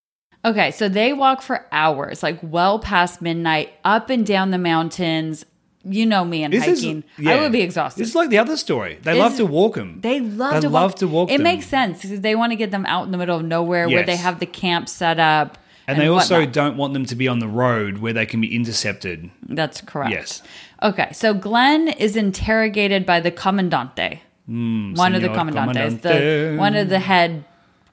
Speaker 1: Okay. So they walk for hours, like well past midnight, up and down the mountains. You know me and hiking. I would be exhausted.
Speaker 2: It's like the other story. They love
Speaker 1: Is-
Speaker 2: to walk them.
Speaker 1: They love
Speaker 2: They
Speaker 1: to
Speaker 2: love
Speaker 1: walk.
Speaker 2: to walk
Speaker 1: It
Speaker 2: them.
Speaker 1: makes sense because they want to get them out in the middle of nowhere where
Speaker 2: Yes.
Speaker 1: they have the camp set up.
Speaker 2: and they also
Speaker 1: whatnot.
Speaker 2: don't want them to be on the road where they can be intercepted.
Speaker 1: that's correct.
Speaker 2: Yes.
Speaker 1: Okay, so Glenn is interrogated by the comandante.
Speaker 2: Hmm,
Speaker 1: one of the
Speaker 2: Senor
Speaker 1: comandantes,
Speaker 2: Comandante.
Speaker 1: the one of the head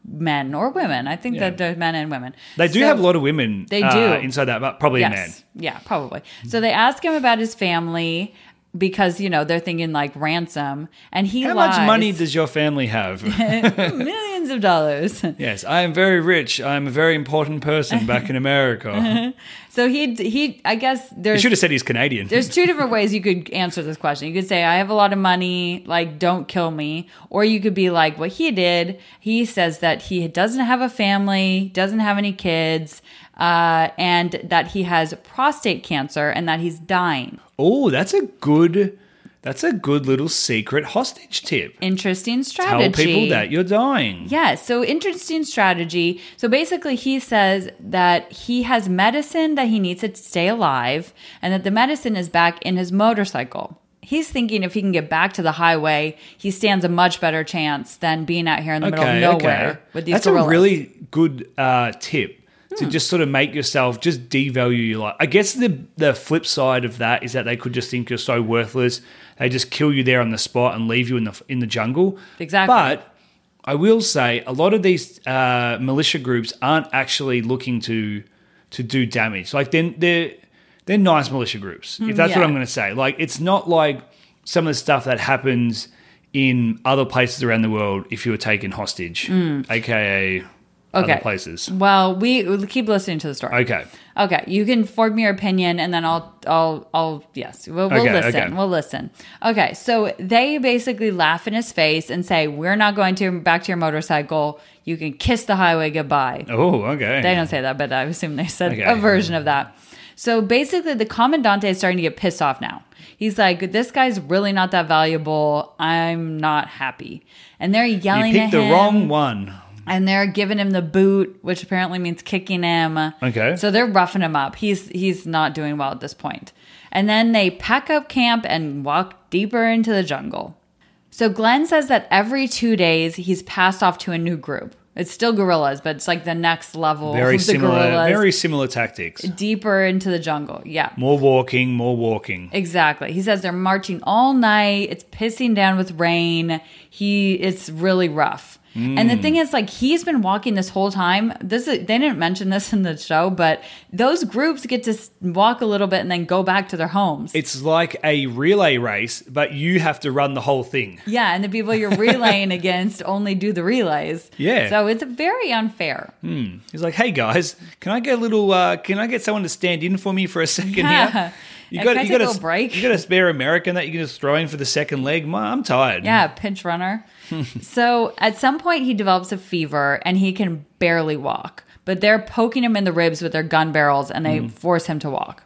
Speaker 1: men or women. I think
Speaker 2: Yeah.
Speaker 1: that they're men and women.
Speaker 2: They do
Speaker 1: So-
Speaker 2: have a lot of women
Speaker 1: They
Speaker 2: uh,
Speaker 1: do.
Speaker 2: inside that, but probably a man.
Speaker 1: Yes. Yeah, probably. So they ask him about his family because you know they're thinking like ransom, and he
Speaker 2: How
Speaker 1: lies.
Speaker 2: much money does your family have?
Speaker 1: millions of dollars.
Speaker 2: yes, I am very rich. I am a very important person back in America.
Speaker 1: so he he I guess
Speaker 2: I
Speaker 1: there's
Speaker 2: should have said he's Canadian.
Speaker 1: There's two different ways you could answer this question. You could say, I have a lot of money, like, don't kill me. Or you could be like, what he did, he says that he doesn't have a family, doesn't have any kids, uh, and that he has prostate cancer and that he's dying.
Speaker 2: Oh, that's a good. That's a good little secret hostage tip.
Speaker 1: Interesting
Speaker 2: Tell
Speaker 1: strategy.
Speaker 2: people that you're dying.
Speaker 1: Yeah, so interesting strategy. So basically, he says that he has medicine that he needs to stay alive and that the medicine is back in his motorcycle. He's thinking if he can get back to the highway, he stands a much better chance than being out here in the middle of nowhere with these
Speaker 2: That's
Speaker 1: gorillas. Hmm.
Speaker 2: a really good uh, tip to just sort of make yourself just devalue your life. I guess the the flip side of that is that they could just think you're so worthless. They just kill you there on the spot and leave you in the in the jungle.
Speaker 1: Exactly.
Speaker 2: But I will say a lot of these uh, militia groups aren't actually looking to to do damage. Like then they're they're nice militia groups. If that's what
Speaker 1: Mm, yeah.
Speaker 2: I'm going to say, like it's not like some of the stuff that happens in other places around the world if you were taken hostage, aka other
Speaker 1: Mm. Okay.
Speaker 2: places.
Speaker 1: well, we we'll keep listening to the story.
Speaker 2: Okay,
Speaker 1: Okay, you can form your opinion, and then I'll, I'll, I'll. Yes, we'll, we'll
Speaker 2: Okay,
Speaker 1: listen.
Speaker 2: okay.
Speaker 1: We'll listen. Okay, so they basically laugh in his face and say, "We're not going to back to your motorcycle. You can kiss the highway goodbye."
Speaker 2: oh okay.
Speaker 1: They don't say that, but I assume they said
Speaker 2: Okay.
Speaker 1: a version of that. So basically, the commandante is starting to get pissed off now. He's like, "This guy's really not that valuable. I'm not happy." And they're
Speaker 2: you
Speaker 1: yelling at
Speaker 2: picked the
Speaker 1: him
Speaker 2: wrong one.
Speaker 1: and they're giving him the boot, which apparently means kicking him.
Speaker 2: Okay.
Speaker 1: So they're roughing him up. He's he's not doing well at this point. And then they pack up camp and walk deeper into the jungle. So Glenn says that every two days he's passed off to a new group. It's still gorillas, but it's like the next level
Speaker 2: Very
Speaker 1: of the
Speaker 2: similar.
Speaker 1: gorillas.
Speaker 2: Very similar tactics.
Speaker 1: deeper into the jungle. Yeah.
Speaker 2: More walking. More walking.
Speaker 1: Exactly. He says they're marching all night. It's pissing down with rain. He it's really rough. And the thing is like he's been walking this whole time. This is, they didn't mention this in the show, but those groups get to s- walk a little bit and then go back to their homes.
Speaker 2: It's like a relay race, but you have to run the whole thing.
Speaker 1: yeah, and the people you're relaying against only do the relays.
Speaker 2: Yeah.
Speaker 1: So it's very unfair.
Speaker 2: He's like, "Hey guys, can I get a little? Uh, can I get someone to stand in for me for a second
Speaker 1: Yeah.
Speaker 2: here? You
Speaker 1: Hey,
Speaker 2: got
Speaker 1: can I
Speaker 2: you
Speaker 1: take a
Speaker 2: got
Speaker 1: little break?"
Speaker 2: You got a spare American that you can just throw in for the second leg? Ma, I'm tired.
Speaker 1: Yeah, pinch runner. so at some point, he develops a fever and he can barely walk, but they're poking him in the ribs with their gun barrels and they force him to walk.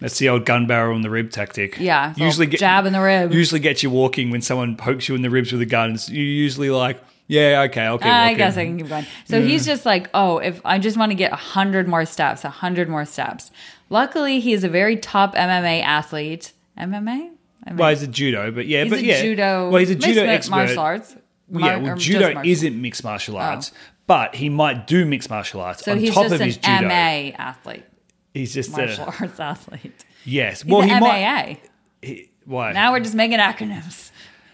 Speaker 2: that's the old gun barrel and the rib tactic.
Speaker 1: Yeah, it's a
Speaker 2: usually
Speaker 1: little jab in the rib.
Speaker 2: Usually gets you walking when someone pokes you in the ribs with a gun. It's- You're usually like, "Yeah, okay, okay."
Speaker 1: Uh, I guess I can keep going. So he's just like, oh, if I just want to get 100 more steps, 100 more steps. Luckily, he is a very top MMA athlete. MMA? I mean,
Speaker 2: Well, he's a judo, but yeah,
Speaker 1: he's
Speaker 2: but
Speaker 1: a
Speaker 2: yeah,
Speaker 1: judo.
Speaker 2: Well, he's a
Speaker 1: mixed
Speaker 2: judo
Speaker 1: mar-
Speaker 2: expert.
Speaker 1: Martial arts.
Speaker 2: Well,
Speaker 1: Mar-
Speaker 2: yeah, well,
Speaker 1: or just
Speaker 2: judo
Speaker 1: martial- Oh.
Speaker 2: isn't mixed martial arts, but he might do mixed martial arts
Speaker 1: So
Speaker 2: on
Speaker 1: he's
Speaker 2: top
Speaker 1: just
Speaker 2: of
Speaker 1: an
Speaker 2: his judo.
Speaker 1: MA athlete,
Speaker 2: He's just
Speaker 1: martial
Speaker 2: a
Speaker 1: arts athlete.
Speaker 2: yes.
Speaker 1: He's
Speaker 2: well,
Speaker 1: an
Speaker 2: he
Speaker 1: MAA.
Speaker 2: might. He- why?
Speaker 1: Now we're just making acronyms.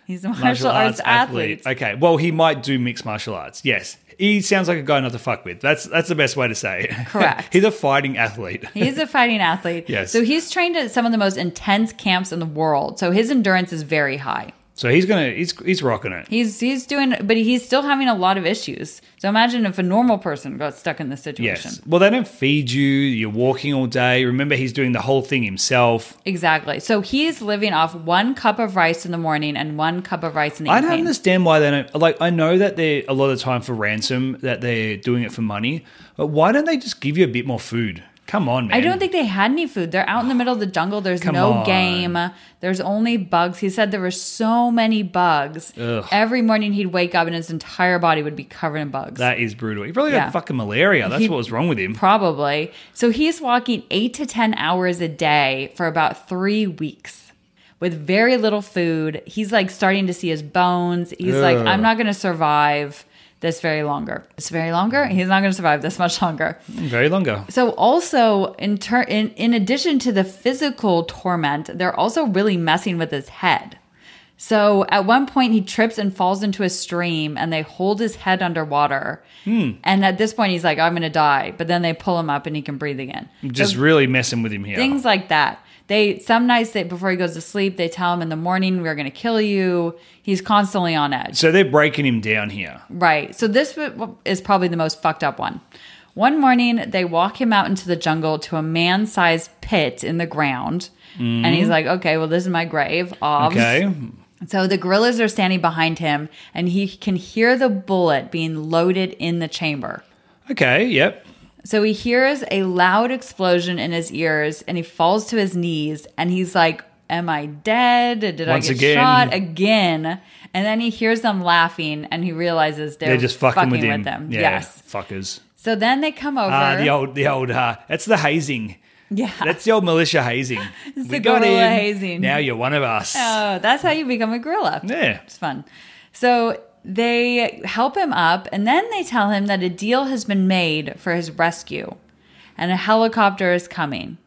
Speaker 1: He's a martial, arts, athlete.
Speaker 2: Okay, well, he might do mixed martial arts. Yes, he sounds like a guy not to fuck with. That's that's the best way to say it.
Speaker 1: Correct.
Speaker 2: he's a fighting athlete.
Speaker 1: He's a fighting athlete.
Speaker 2: Yes.
Speaker 1: So he's trained at some of the most intense camps in the world. So his endurance is very high.
Speaker 2: So he's gonna he's he's rocking it.
Speaker 1: He's he's doing, but he's still having a lot of issues. So imagine if a normal person got stuck in this situation.
Speaker 2: Yes. Well, they don't feed you. You're walking all day. Remember, he's doing the whole thing himself.
Speaker 1: Exactly. So he's living off one cup of rice in the morning and one cup of rice in the
Speaker 2: I don't
Speaker 1: evening.
Speaker 2: understand why they don't like. I know that they a lot of the time for ransom that they're doing it for money, but why don't they just give you a bit more food? Come on, man.
Speaker 1: I don't think they had any food. They're out in the middle of the jungle. There's
Speaker 2: Come
Speaker 1: no
Speaker 2: on.
Speaker 1: game. There's only bugs. He said there were so many bugs.
Speaker 2: Ugh.
Speaker 1: Every morning he'd wake up and his entire body would be covered in bugs.
Speaker 2: that is brutal. He probably
Speaker 1: Yeah.
Speaker 2: got fucking malaria. That's
Speaker 1: He-
Speaker 2: what was wrong with him.
Speaker 1: Probably. So he's walking eight to 10 hours a day for about three weeks with very little food. He's like starting to see his bones. He's like,
Speaker 2: Ugh.
Speaker 1: I'm not going to survive this very longer. It's very longer. He's not going to survive this much longer.
Speaker 2: Very longer.
Speaker 1: So also in, ter- in in addition to the physical torment, they're also really messing with his head. So at one point he trips and falls into a stream and they hold his head underwater. And at this point he's like I'm going to die, but then they pull him up and he can breathe again.
Speaker 2: Just really messing with him here.
Speaker 1: Things like that. They some nights they before he goes to sleep, they tell him in the morning we're going to kill you. He's constantly on edge.
Speaker 2: so they're breaking him down here.
Speaker 1: Right. So this w- is probably the most fucked up one. One morning, they walk him out into the jungle to a man sized pit in the ground. And he's like, okay, well, this is my grave. Obs.
Speaker 2: Okay.
Speaker 1: So the gorillas are standing behind him, and he can hear the bullet being loaded in the chamber.
Speaker 2: Okay. Yep.
Speaker 1: So he hears a loud explosion in his ears and he falls to his knees and he's like, Am I dead? Did
Speaker 2: Once
Speaker 1: I get
Speaker 2: again.
Speaker 1: shot again? And then he hears them laughing and he realizes they're,
Speaker 2: They're just fucking, with him.
Speaker 1: them.
Speaker 2: Yeah,
Speaker 1: Yes.
Speaker 2: Fuckers.
Speaker 1: So then they come over.
Speaker 2: Ah, the old, the old, uh, that's the hazing.
Speaker 1: yeah.
Speaker 2: That's the old militia hazing. we
Speaker 1: Ah. the
Speaker 2: got
Speaker 1: guerrilla
Speaker 2: in.
Speaker 1: hazing.
Speaker 2: Now you're one of us.
Speaker 1: Oh, that's how you become a gorilla.
Speaker 2: Yeah.
Speaker 1: It's fun. So they help him up and then they tell him that a deal has been made for his rescue and a helicopter is coming.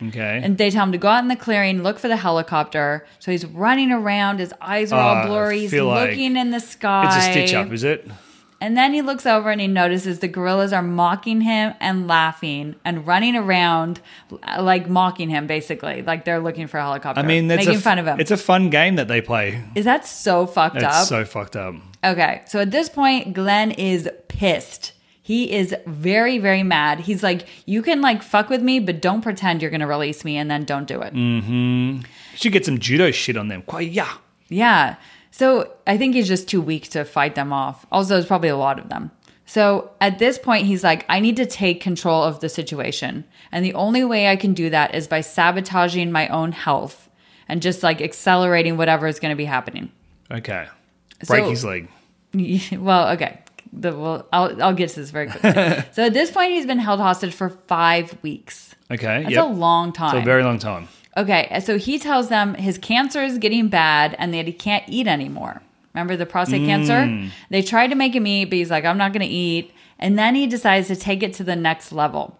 Speaker 2: okay.
Speaker 1: And they tell him to go out in the clearing, look for the helicopter. So he's running around, his eyes are
Speaker 2: Uh, I
Speaker 1: all blurry, he's
Speaker 2: feel like
Speaker 1: looking in the sky.
Speaker 2: it's a stitch up, is it?
Speaker 1: And then he looks over and he notices the gorillas are mocking him and laughing and running around, uh, like mocking him, basically. Like they're looking for a helicopter.
Speaker 2: I mean, that's
Speaker 1: making
Speaker 2: a, f-
Speaker 1: fun of him.
Speaker 2: It's a fun game that they play.
Speaker 1: Is that so fucked
Speaker 2: It's
Speaker 1: up?
Speaker 2: so fucked up.
Speaker 1: Okay, so at this point, Glenn is pissed. He is very, very mad. He's like, "You can like fuck with me, but don't pretend you're gonna release me, and then don't do it."
Speaker 2: Should get some judo shit on them. Quite yeah.
Speaker 1: Yeah. So I think he's just too weak to fight them off. Also, there's probably a lot of them. So at this point, he's like, I need to take control of the situation. And the only way I can do that is by sabotaging my own health and just like accelerating whatever is going to be happening.
Speaker 2: Okay. Break
Speaker 1: So-
Speaker 2: his leg.
Speaker 1: well, okay. The, well, I'll, I'll get to this very quickly. so at this point, he's been held hostage for five weeks.
Speaker 2: Okay.
Speaker 1: That's
Speaker 2: yep.
Speaker 1: a long
Speaker 2: It's
Speaker 1: time.
Speaker 2: a very long time.
Speaker 1: Okay, so he tells them his cancer is getting bad and that he can't eat anymore. Remember the prostate cancer? They tried to make him eat, but he's like, I'm not going to eat. And then he decides to take it to the next level.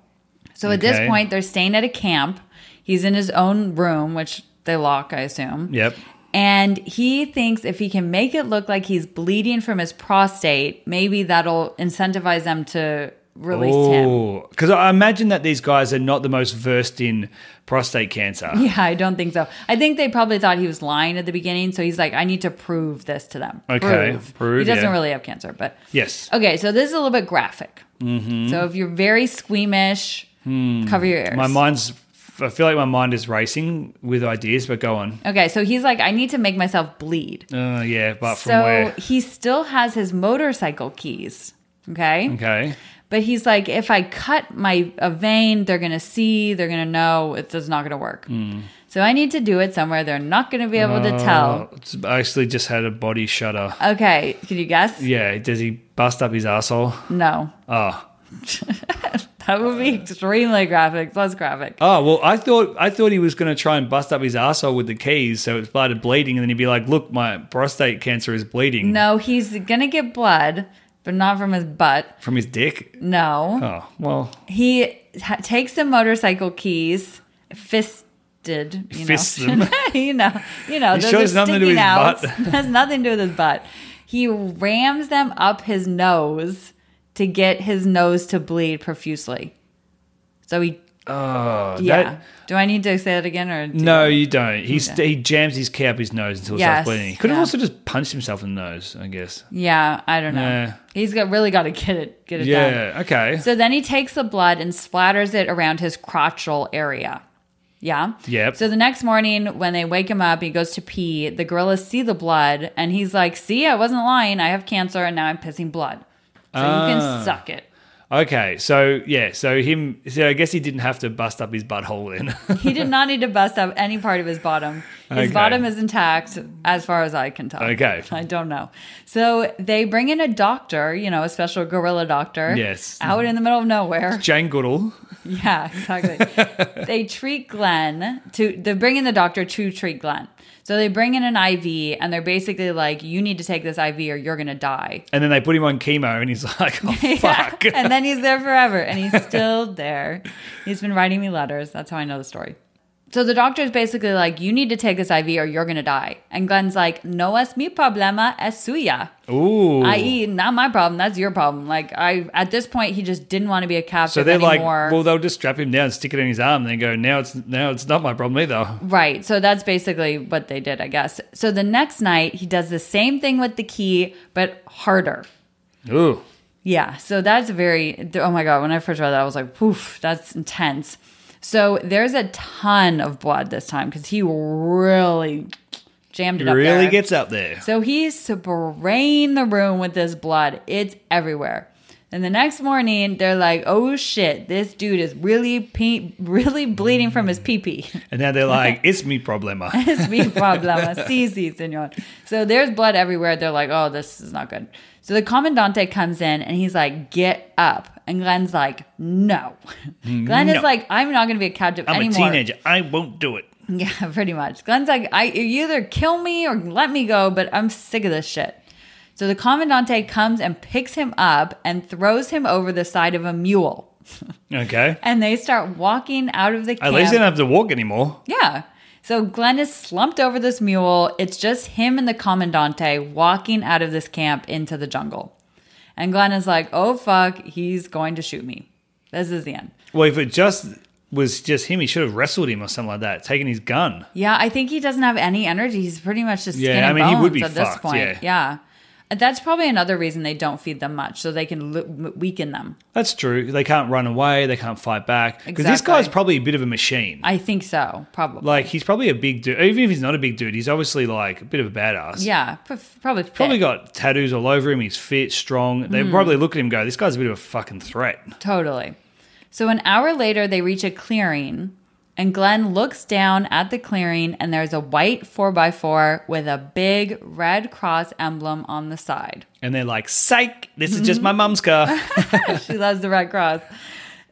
Speaker 1: So at
Speaker 2: Okay.
Speaker 1: this point, they're staying at a camp. He's in his own room, which they lock, I assume.
Speaker 2: Yep.
Speaker 1: And he thinks if he can make it look like he's bleeding from his prostate, maybe that'll incentivize them to release
Speaker 2: Oh,
Speaker 1: him.
Speaker 2: because I imagine that these guys are not the most versed in prostate cancer.
Speaker 1: Yeah, I don't think so. I think they probably thought he was lying at the beginning, so he's like, I need to prove this to them.
Speaker 2: Okay, prove,
Speaker 1: he doesn't
Speaker 2: yeah.
Speaker 1: really have cancer, but
Speaker 2: Yes.
Speaker 1: okay. So this is a little bit graphic. So if you're very squeamish, cover your ears.
Speaker 2: Mm-hmm. Hmm. My mind's. I feel like my mind is racing with ideas, but go on.
Speaker 1: okay, so he's like, I need to make myself bleed.
Speaker 2: Uh, yeah, but from
Speaker 1: So
Speaker 2: where?
Speaker 1: he still has his motorcycle keys. Okay.
Speaker 2: Okay.
Speaker 1: But he's like, if I cut my a vein, they're gonna see, they're gonna know it's just not gonna work.
Speaker 2: Hmm.
Speaker 1: So I need to do it somewhere they're not gonna be able to tell.
Speaker 2: Oh, it's- I actually just had a body shudder.
Speaker 1: Okay, can you guess?
Speaker 2: Yeah, does he bust up his asshole?
Speaker 1: No.
Speaker 2: Oh.
Speaker 1: That would be extremely graphic. Less graphic.
Speaker 2: Oh well, I thought I thought he was going to try and bust up his asshole with the keys, so it started bleeding, and then he'd be like, "Look, my prostate cancer is bleeding
Speaker 1: No, he's gonna get blood, but not from his butt.
Speaker 2: from his dick."
Speaker 1: No.
Speaker 2: Oh well,
Speaker 1: He ha- takes the motorcycle keys, fisted, you
Speaker 2: Fists
Speaker 1: know.
Speaker 2: them.
Speaker 1: you know, you know,
Speaker 2: He
Speaker 1: those
Speaker 2: sure
Speaker 1: are
Speaker 2: has nothing to do
Speaker 1: sticking
Speaker 2: with his
Speaker 1: out.
Speaker 2: butt.
Speaker 1: has nothing to do with his butt. He rams them up his nose to get his nose to bleed profusely. So he,
Speaker 2: oh
Speaker 1: yeah.
Speaker 2: that-
Speaker 1: do I need to say that again or do
Speaker 2: no, you don't. He
Speaker 1: Okay.
Speaker 2: st he jams his key up his nose until it
Speaker 1: Yes,
Speaker 2: starts bleeding. He could have
Speaker 1: yeah.
Speaker 2: also just punched himself in the nose, I guess.
Speaker 1: Yeah, I don't know.
Speaker 2: Yeah.
Speaker 1: He's got really got to get it, get it done.
Speaker 2: Yeah. Okay.
Speaker 1: So then he takes the blood and splatters it around his crotchal area. Yeah.
Speaker 2: Yep.
Speaker 1: So the next morning, when they wake him up, he goes to pee. The gorillas see the blood, and he's like, "See, I wasn't lying. I have cancer, and now I'm pissing blood. So you
Speaker 2: Ah.
Speaker 1: can suck it."
Speaker 2: Okay, so yeah, so him. So I guess he didn't have to bust up his butthole then.
Speaker 1: He did not need to bust up any part of his bottom. His
Speaker 2: Okay.
Speaker 1: bottom is intact as far as I can tell.
Speaker 2: Okay.
Speaker 1: I don't know. So they bring in a doctor, you know, a special gorilla doctor.
Speaker 2: Yes.
Speaker 1: Out in the middle of nowhere.
Speaker 2: Jane Goodall.
Speaker 1: Yeah, exactly. they treat Glenn to they bring in the doctor to treat Glenn. So they bring in an IV and they're basically like, you need to take this IV or you're gonna die.
Speaker 2: And then they put him on chemo, and he's like, "Oh fuck!"
Speaker 1: and then he's there forever and he's still there. He's been writing me letters. That's how I know the story. So the doctor is basically like, you need to take this IV or you're gonna die. And Glenn's like, no es mi problema, es suya.
Speaker 2: Ooh,
Speaker 1: I.e., not my problem, that's your problem. Like I at this point he just didn't want to be a captive
Speaker 2: so they're like,
Speaker 1: anymore.
Speaker 2: "Well, they'll just strap him down, stick it in his arm, and then go." Now it's now it's not my problem either.
Speaker 1: Right. So that's basically what they did, I guess. So the next night, he does the same thing with the key, but harder.
Speaker 2: Ooh,
Speaker 1: Yeah. So that's very, oh my God. When I first read that, I was like, poof, that's intense. So there's a ton of blood this time because he really jammed it up.
Speaker 2: really
Speaker 1: there.
Speaker 2: gets up there.
Speaker 1: So he's spraying the room with this blood. It's everywhere. And the next morning, they're like, oh shit, this dude is really, pe- really bleeding from his pee pee.
Speaker 2: And now they're like, "It's me problema."
Speaker 1: es mi problema. Sí, sí, señor. So there's blood everywhere. They're like, oh, this is not good. So the commandante comes in and he's like, get up. And Glenn's like, no. Glenn
Speaker 2: no.
Speaker 1: is like, I'm not going to be a captive
Speaker 2: I'm
Speaker 1: anymore.
Speaker 2: a teenager. I won't do it.
Speaker 1: Yeah, pretty much. Glenn's like, I you either kill me or let me go, but I'm sick of this shit. So the commandante comes and picks him up and throws him over the side of a mule.
Speaker 2: Okay.
Speaker 1: And they start walking out of the
Speaker 2: At
Speaker 1: camp.
Speaker 2: least they don't have to walk anymore.
Speaker 1: Yeah. So Glenn is slumped over this mule. It's just him and the commandante walking out of this camp into the jungle. And Glenn is like, oh fuck, he's going to shoot me. This is the end.
Speaker 2: Well, if it just was just him, he should have wrestled him or something like that, taken his gun.
Speaker 1: Yeah, I think he doesn't have any energy. He's pretty much just skin
Speaker 2: Yeah, I
Speaker 1: and
Speaker 2: mean, he would
Speaker 1: bones
Speaker 2: be
Speaker 1: at this
Speaker 2: fucked,
Speaker 1: point.
Speaker 2: yeah.
Speaker 1: Yeah. And That's probably another reason they don't feed them much, so they can l- weaken them.
Speaker 2: That's true. They can't run away. They can't fight back. Because this guy's
Speaker 1: Exactly.
Speaker 2: probably a bit of a machine.
Speaker 1: I think so, probably.
Speaker 2: Like he's probably a big dude. Even if he's not a big dude, he's obviously like a bit of a badass.
Speaker 1: yeah, p- probably. Fit.
Speaker 2: Probably got tattoos all over him. He's fit, strong.
Speaker 1: Mm.
Speaker 2: They probably look at him and go, "This guy's a bit of a fucking threat."
Speaker 1: Totally. So an hour later, they reach a clearing, and Glenn looks down at the clearing, and there's a white 4x4 with a big red cross emblem on the side.
Speaker 2: And they're like, "Psych! This is just my mum's car."
Speaker 1: she loves the Red Cross.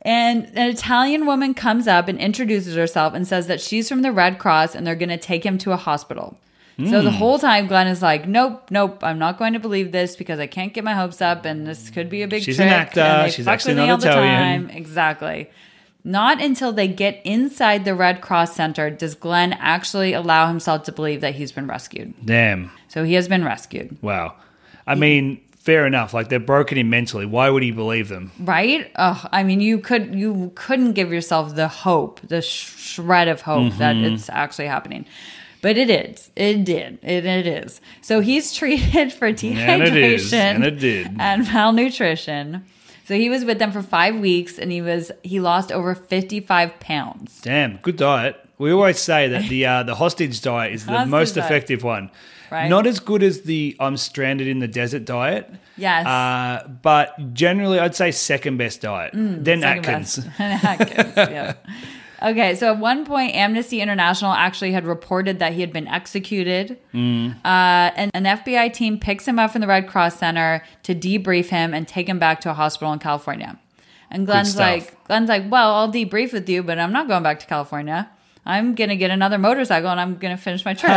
Speaker 1: And an Italian woman comes up and introduces herself and says that she's from the Red Cross and they're going to take him to a hospital. So
Speaker 2: Hmm.
Speaker 1: the whole time, Glenn is like, "Nope, nope, I'm not going to believe this because I can't get my hopes up, and this could be a big
Speaker 2: She's an
Speaker 1: trick."
Speaker 2: actor.
Speaker 1: and they
Speaker 2: She's
Speaker 1: fuck
Speaker 2: actually
Speaker 1: with me
Speaker 2: not
Speaker 1: all the
Speaker 2: Italian.
Speaker 1: time. Exactly. Not until they get inside the Red Cross Center does Glenn actually allow himself to believe that he's been rescued.
Speaker 2: Damn.
Speaker 1: So he has been rescued.
Speaker 2: Wow. I mean, fair enough. Like they've broken him mentally. Why would he believe them?
Speaker 1: right Ugh, i mean you could you couldn't give yourself the hope the sh- shred of hope that
Speaker 2: Mm-hmm.
Speaker 1: it's actually happening but it is it did it, it is so he's treated for dehydration
Speaker 2: it is, and it did.
Speaker 1: and malnutrition so he was with them for five weeks and he was he lost over 55 pounds
Speaker 2: Damn, good diet. We always say that the uh, the hostage diet is the
Speaker 1: Hostage
Speaker 2: most
Speaker 1: diet.
Speaker 2: effective one.
Speaker 1: Right.
Speaker 2: Not as good as the I'm stranded in the desert diet.
Speaker 1: Yes.
Speaker 2: Uh, but generally, I'd say second best diet.
Speaker 1: Mm,
Speaker 2: then
Speaker 1: Second
Speaker 2: Atkins.
Speaker 1: best. Atkins, yeah. Okay, so at one point, Amnesty International actually had reported that he had been executed.
Speaker 2: Mm.
Speaker 1: Uh, and an FBI team picks him up from the Red Cross Center to debrief him and take him back to a hospital in California. And Glenn's
Speaker 2: stuff.
Speaker 1: like, Glenn's like, well, I'll debrief with you, but I'm not going back to California. I'm gonna get another motorcycle and I'm gonna finish my trip.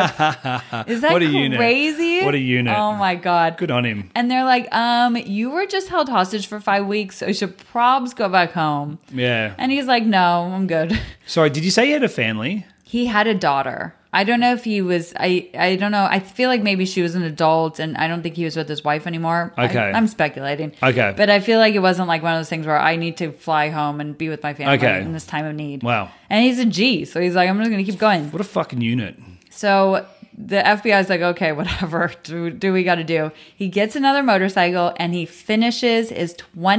Speaker 1: Is that
Speaker 2: What a unit.
Speaker 1: crazy?
Speaker 2: What a unit.
Speaker 1: Oh my god.
Speaker 2: Good on him.
Speaker 1: And they're like, um, you were just held hostage for five weeks, so you should probs go back home.
Speaker 2: Yeah.
Speaker 1: And he's like, no, I'm good.
Speaker 2: Sorry, did you say you had a family?
Speaker 1: He had a daughter. I don't know if he was, I, I don't know. I feel like maybe she was an adult and I don't think he was with his wife anymore.
Speaker 2: Okay.
Speaker 1: I, am speculating.
Speaker 2: Okay.
Speaker 1: But I feel like it wasn't like one of those things where I need to fly home and be with my family
Speaker 2: Okay.
Speaker 1: in this time of need.
Speaker 2: Wow.
Speaker 1: And he's a G, so he's like, I'm just going to keep going.
Speaker 2: What a fucking unit.
Speaker 1: So the FBI's like, okay, whatever. Do, do we got to do? He gets another motorcycle and he finishes his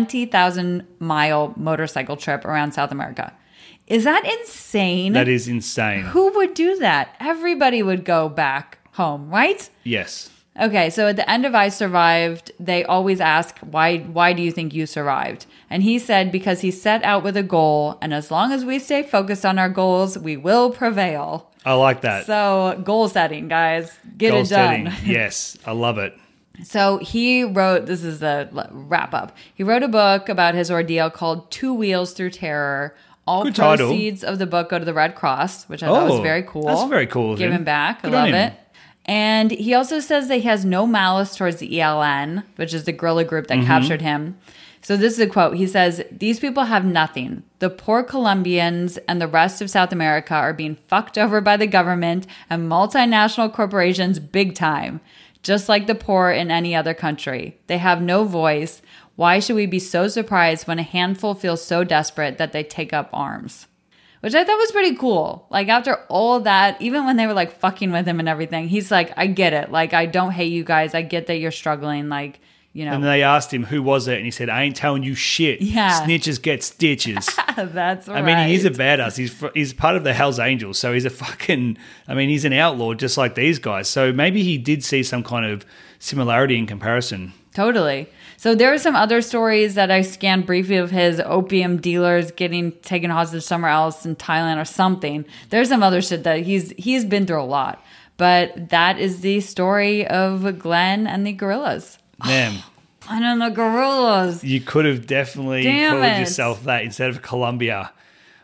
Speaker 1: 20,000 mile motorcycle trip around South America. Is that insane?
Speaker 2: That is insane.
Speaker 1: Who would do that? Everybody would go back home, right?
Speaker 2: Yes.
Speaker 1: Okay, so at the end of I survived, they always ask why why do you think you survived? And he said because he set out with a goal and as long as we stay focused on our goals, we will prevail.
Speaker 2: I like that.
Speaker 1: So, goal setting, guys. Get
Speaker 2: Goal
Speaker 1: it done.
Speaker 2: setting. yes, I love it.
Speaker 1: So he wrote, this is the l- wrap up. He wrote a book about his ordeal called Two Wheels Through Terror. All
Speaker 2: Good title.
Speaker 1: proceeds of the book go to the Red Cross, which I thought was
Speaker 2: Oh,
Speaker 1: very cool.
Speaker 2: that's very cool of
Speaker 1: Give
Speaker 2: him.
Speaker 1: him back.
Speaker 2: Good
Speaker 1: I
Speaker 2: on
Speaker 1: love
Speaker 2: him.
Speaker 1: it. And he also says that he has no malice towards the ELN, which is the guerrilla group
Speaker 2: Mm-hmm.
Speaker 1: that captured him. So this is a quote. He says, These people have nothing. The poor Colombians and the rest of South America are being fucked over by the government and multinational corporations big time, just like the poor in any other country. They have no voice. Why should we be so surprised when a handful feels so desperate that they take up arms? which I thought was pretty cool. Like after all that, even when they were like fucking with him and everything, he's like, I get it. Like I don't hate you guys. I get that you're struggling. Like you know,
Speaker 2: And they asked him who was it, and he said, "I ain't telling you shit.
Speaker 1: Yeah.
Speaker 2: Snitches get stitches."
Speaker 1: that's right.
Speaker 2: I mean, he's a badass. He's fr- he's part of the Hell's Angels, so he's a fucking. I mean, he's an outlaw just like these guys. So maybe he did see some kind of similarity in comparison.
Speaker 1: Totally. So there are some other stories that I scanned briefly of his opium dealers getting taken hostage somewhere else in Thailand or something. There's some other shit that he's he's been through a lot. But that is the story of Glenn and the gorillas.
Speaker 2: Man,
Speaker 1: And then the gorillas.
Speaker 2: you could have definitely
Speaker 1: Damn
Speaker 2: called
Speaker 1: it.
Speaker 2: yourself that instead of Columbia.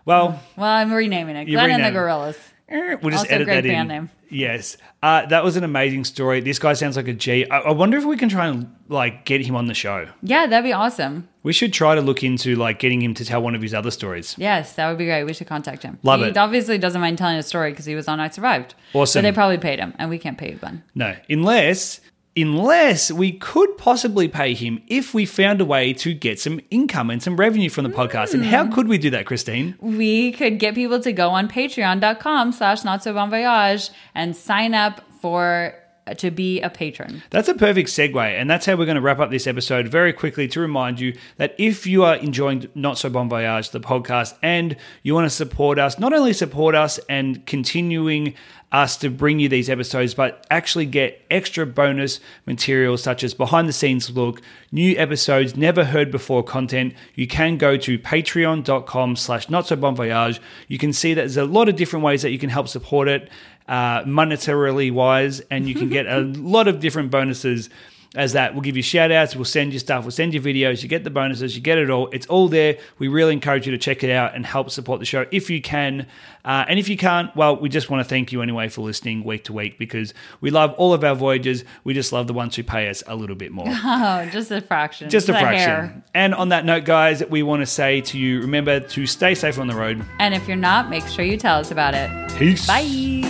Speaker 2: Well,
Speaker 1: Well, I'm renaming it.
Speaker 2: You
Speaker 1: Glenn and the
Speaker 2: rename it.
Speaker 1: gorillas.
Speaker 2: eh, we'll just
Speaker 1: Also
Speaker 2: edit
Speaker 1: great
Speaker 2: that in.
Speaker 1: band name.
Speaker 2: Yes, uh, that was an amazing story. This guy sounds like a G. I-, I wonder if we can try and like get him on the show.
Speaker 1: Yeah, that'd be awesome.
Speaker 2: We should try to look into like getting him to tell one of his other stories.
Speaker 1: Yes, that would be great. We should contact him.
Speaker 2: Love
Speaker 1: he
Speaker 2: it.
Speaker 1: obviously doesn't mind telling a story because he was on I Survived.
Speaker 2: Awesome.
Speaker 1: But they probably paid him, and we can't pay one.
Speaker 2: No, unless unless we could possibly pay him if we found a way to get some income and some revenue from the podcast. And how could we do that, Christine?
Speaker 1: We could get people to go on patreon.com slash not so bon voyage and sign up for uh, to be a patron.
Speaker 2: That's a perfect segue, and that's how we're going to wrap up this episode very quickly to remind you that if you are enjoying Not So Bon Voyage, the podcast, and you want to support us, not only support us and continuing us to bring you these episodes, but actually get extra bonus material such as behind the scenes look, new episodes, never heard before content, you can go to patreon.com slash not so bon voyage. You can see that there's a lot of different ways that you can help support it uh, monetarily wise, and you can get a lot of different bonuses as that. We'll give you shout outs, we'll send you stuff, we'll send you videos, you get the bonuses, you get it all. It's all there. We really encourage you to check it out and help support the show if you can. Uh, and if you can't, well, we just want to thank you anyway for listening week to week because we love all of our voyages. We just love the ones who pay us a little bit more.
Speaker 1: Oh, just a fraction.
Speaker 2: Just a fraction.
Speaker 1: hair.
Speaker 2: And on that note, guys, we want to say to you remember to stay safe on the road.
Speaker 1: And if you're not, make sure you tell us about it.
Speaker 2: Peace.
Speaker 1: Bye.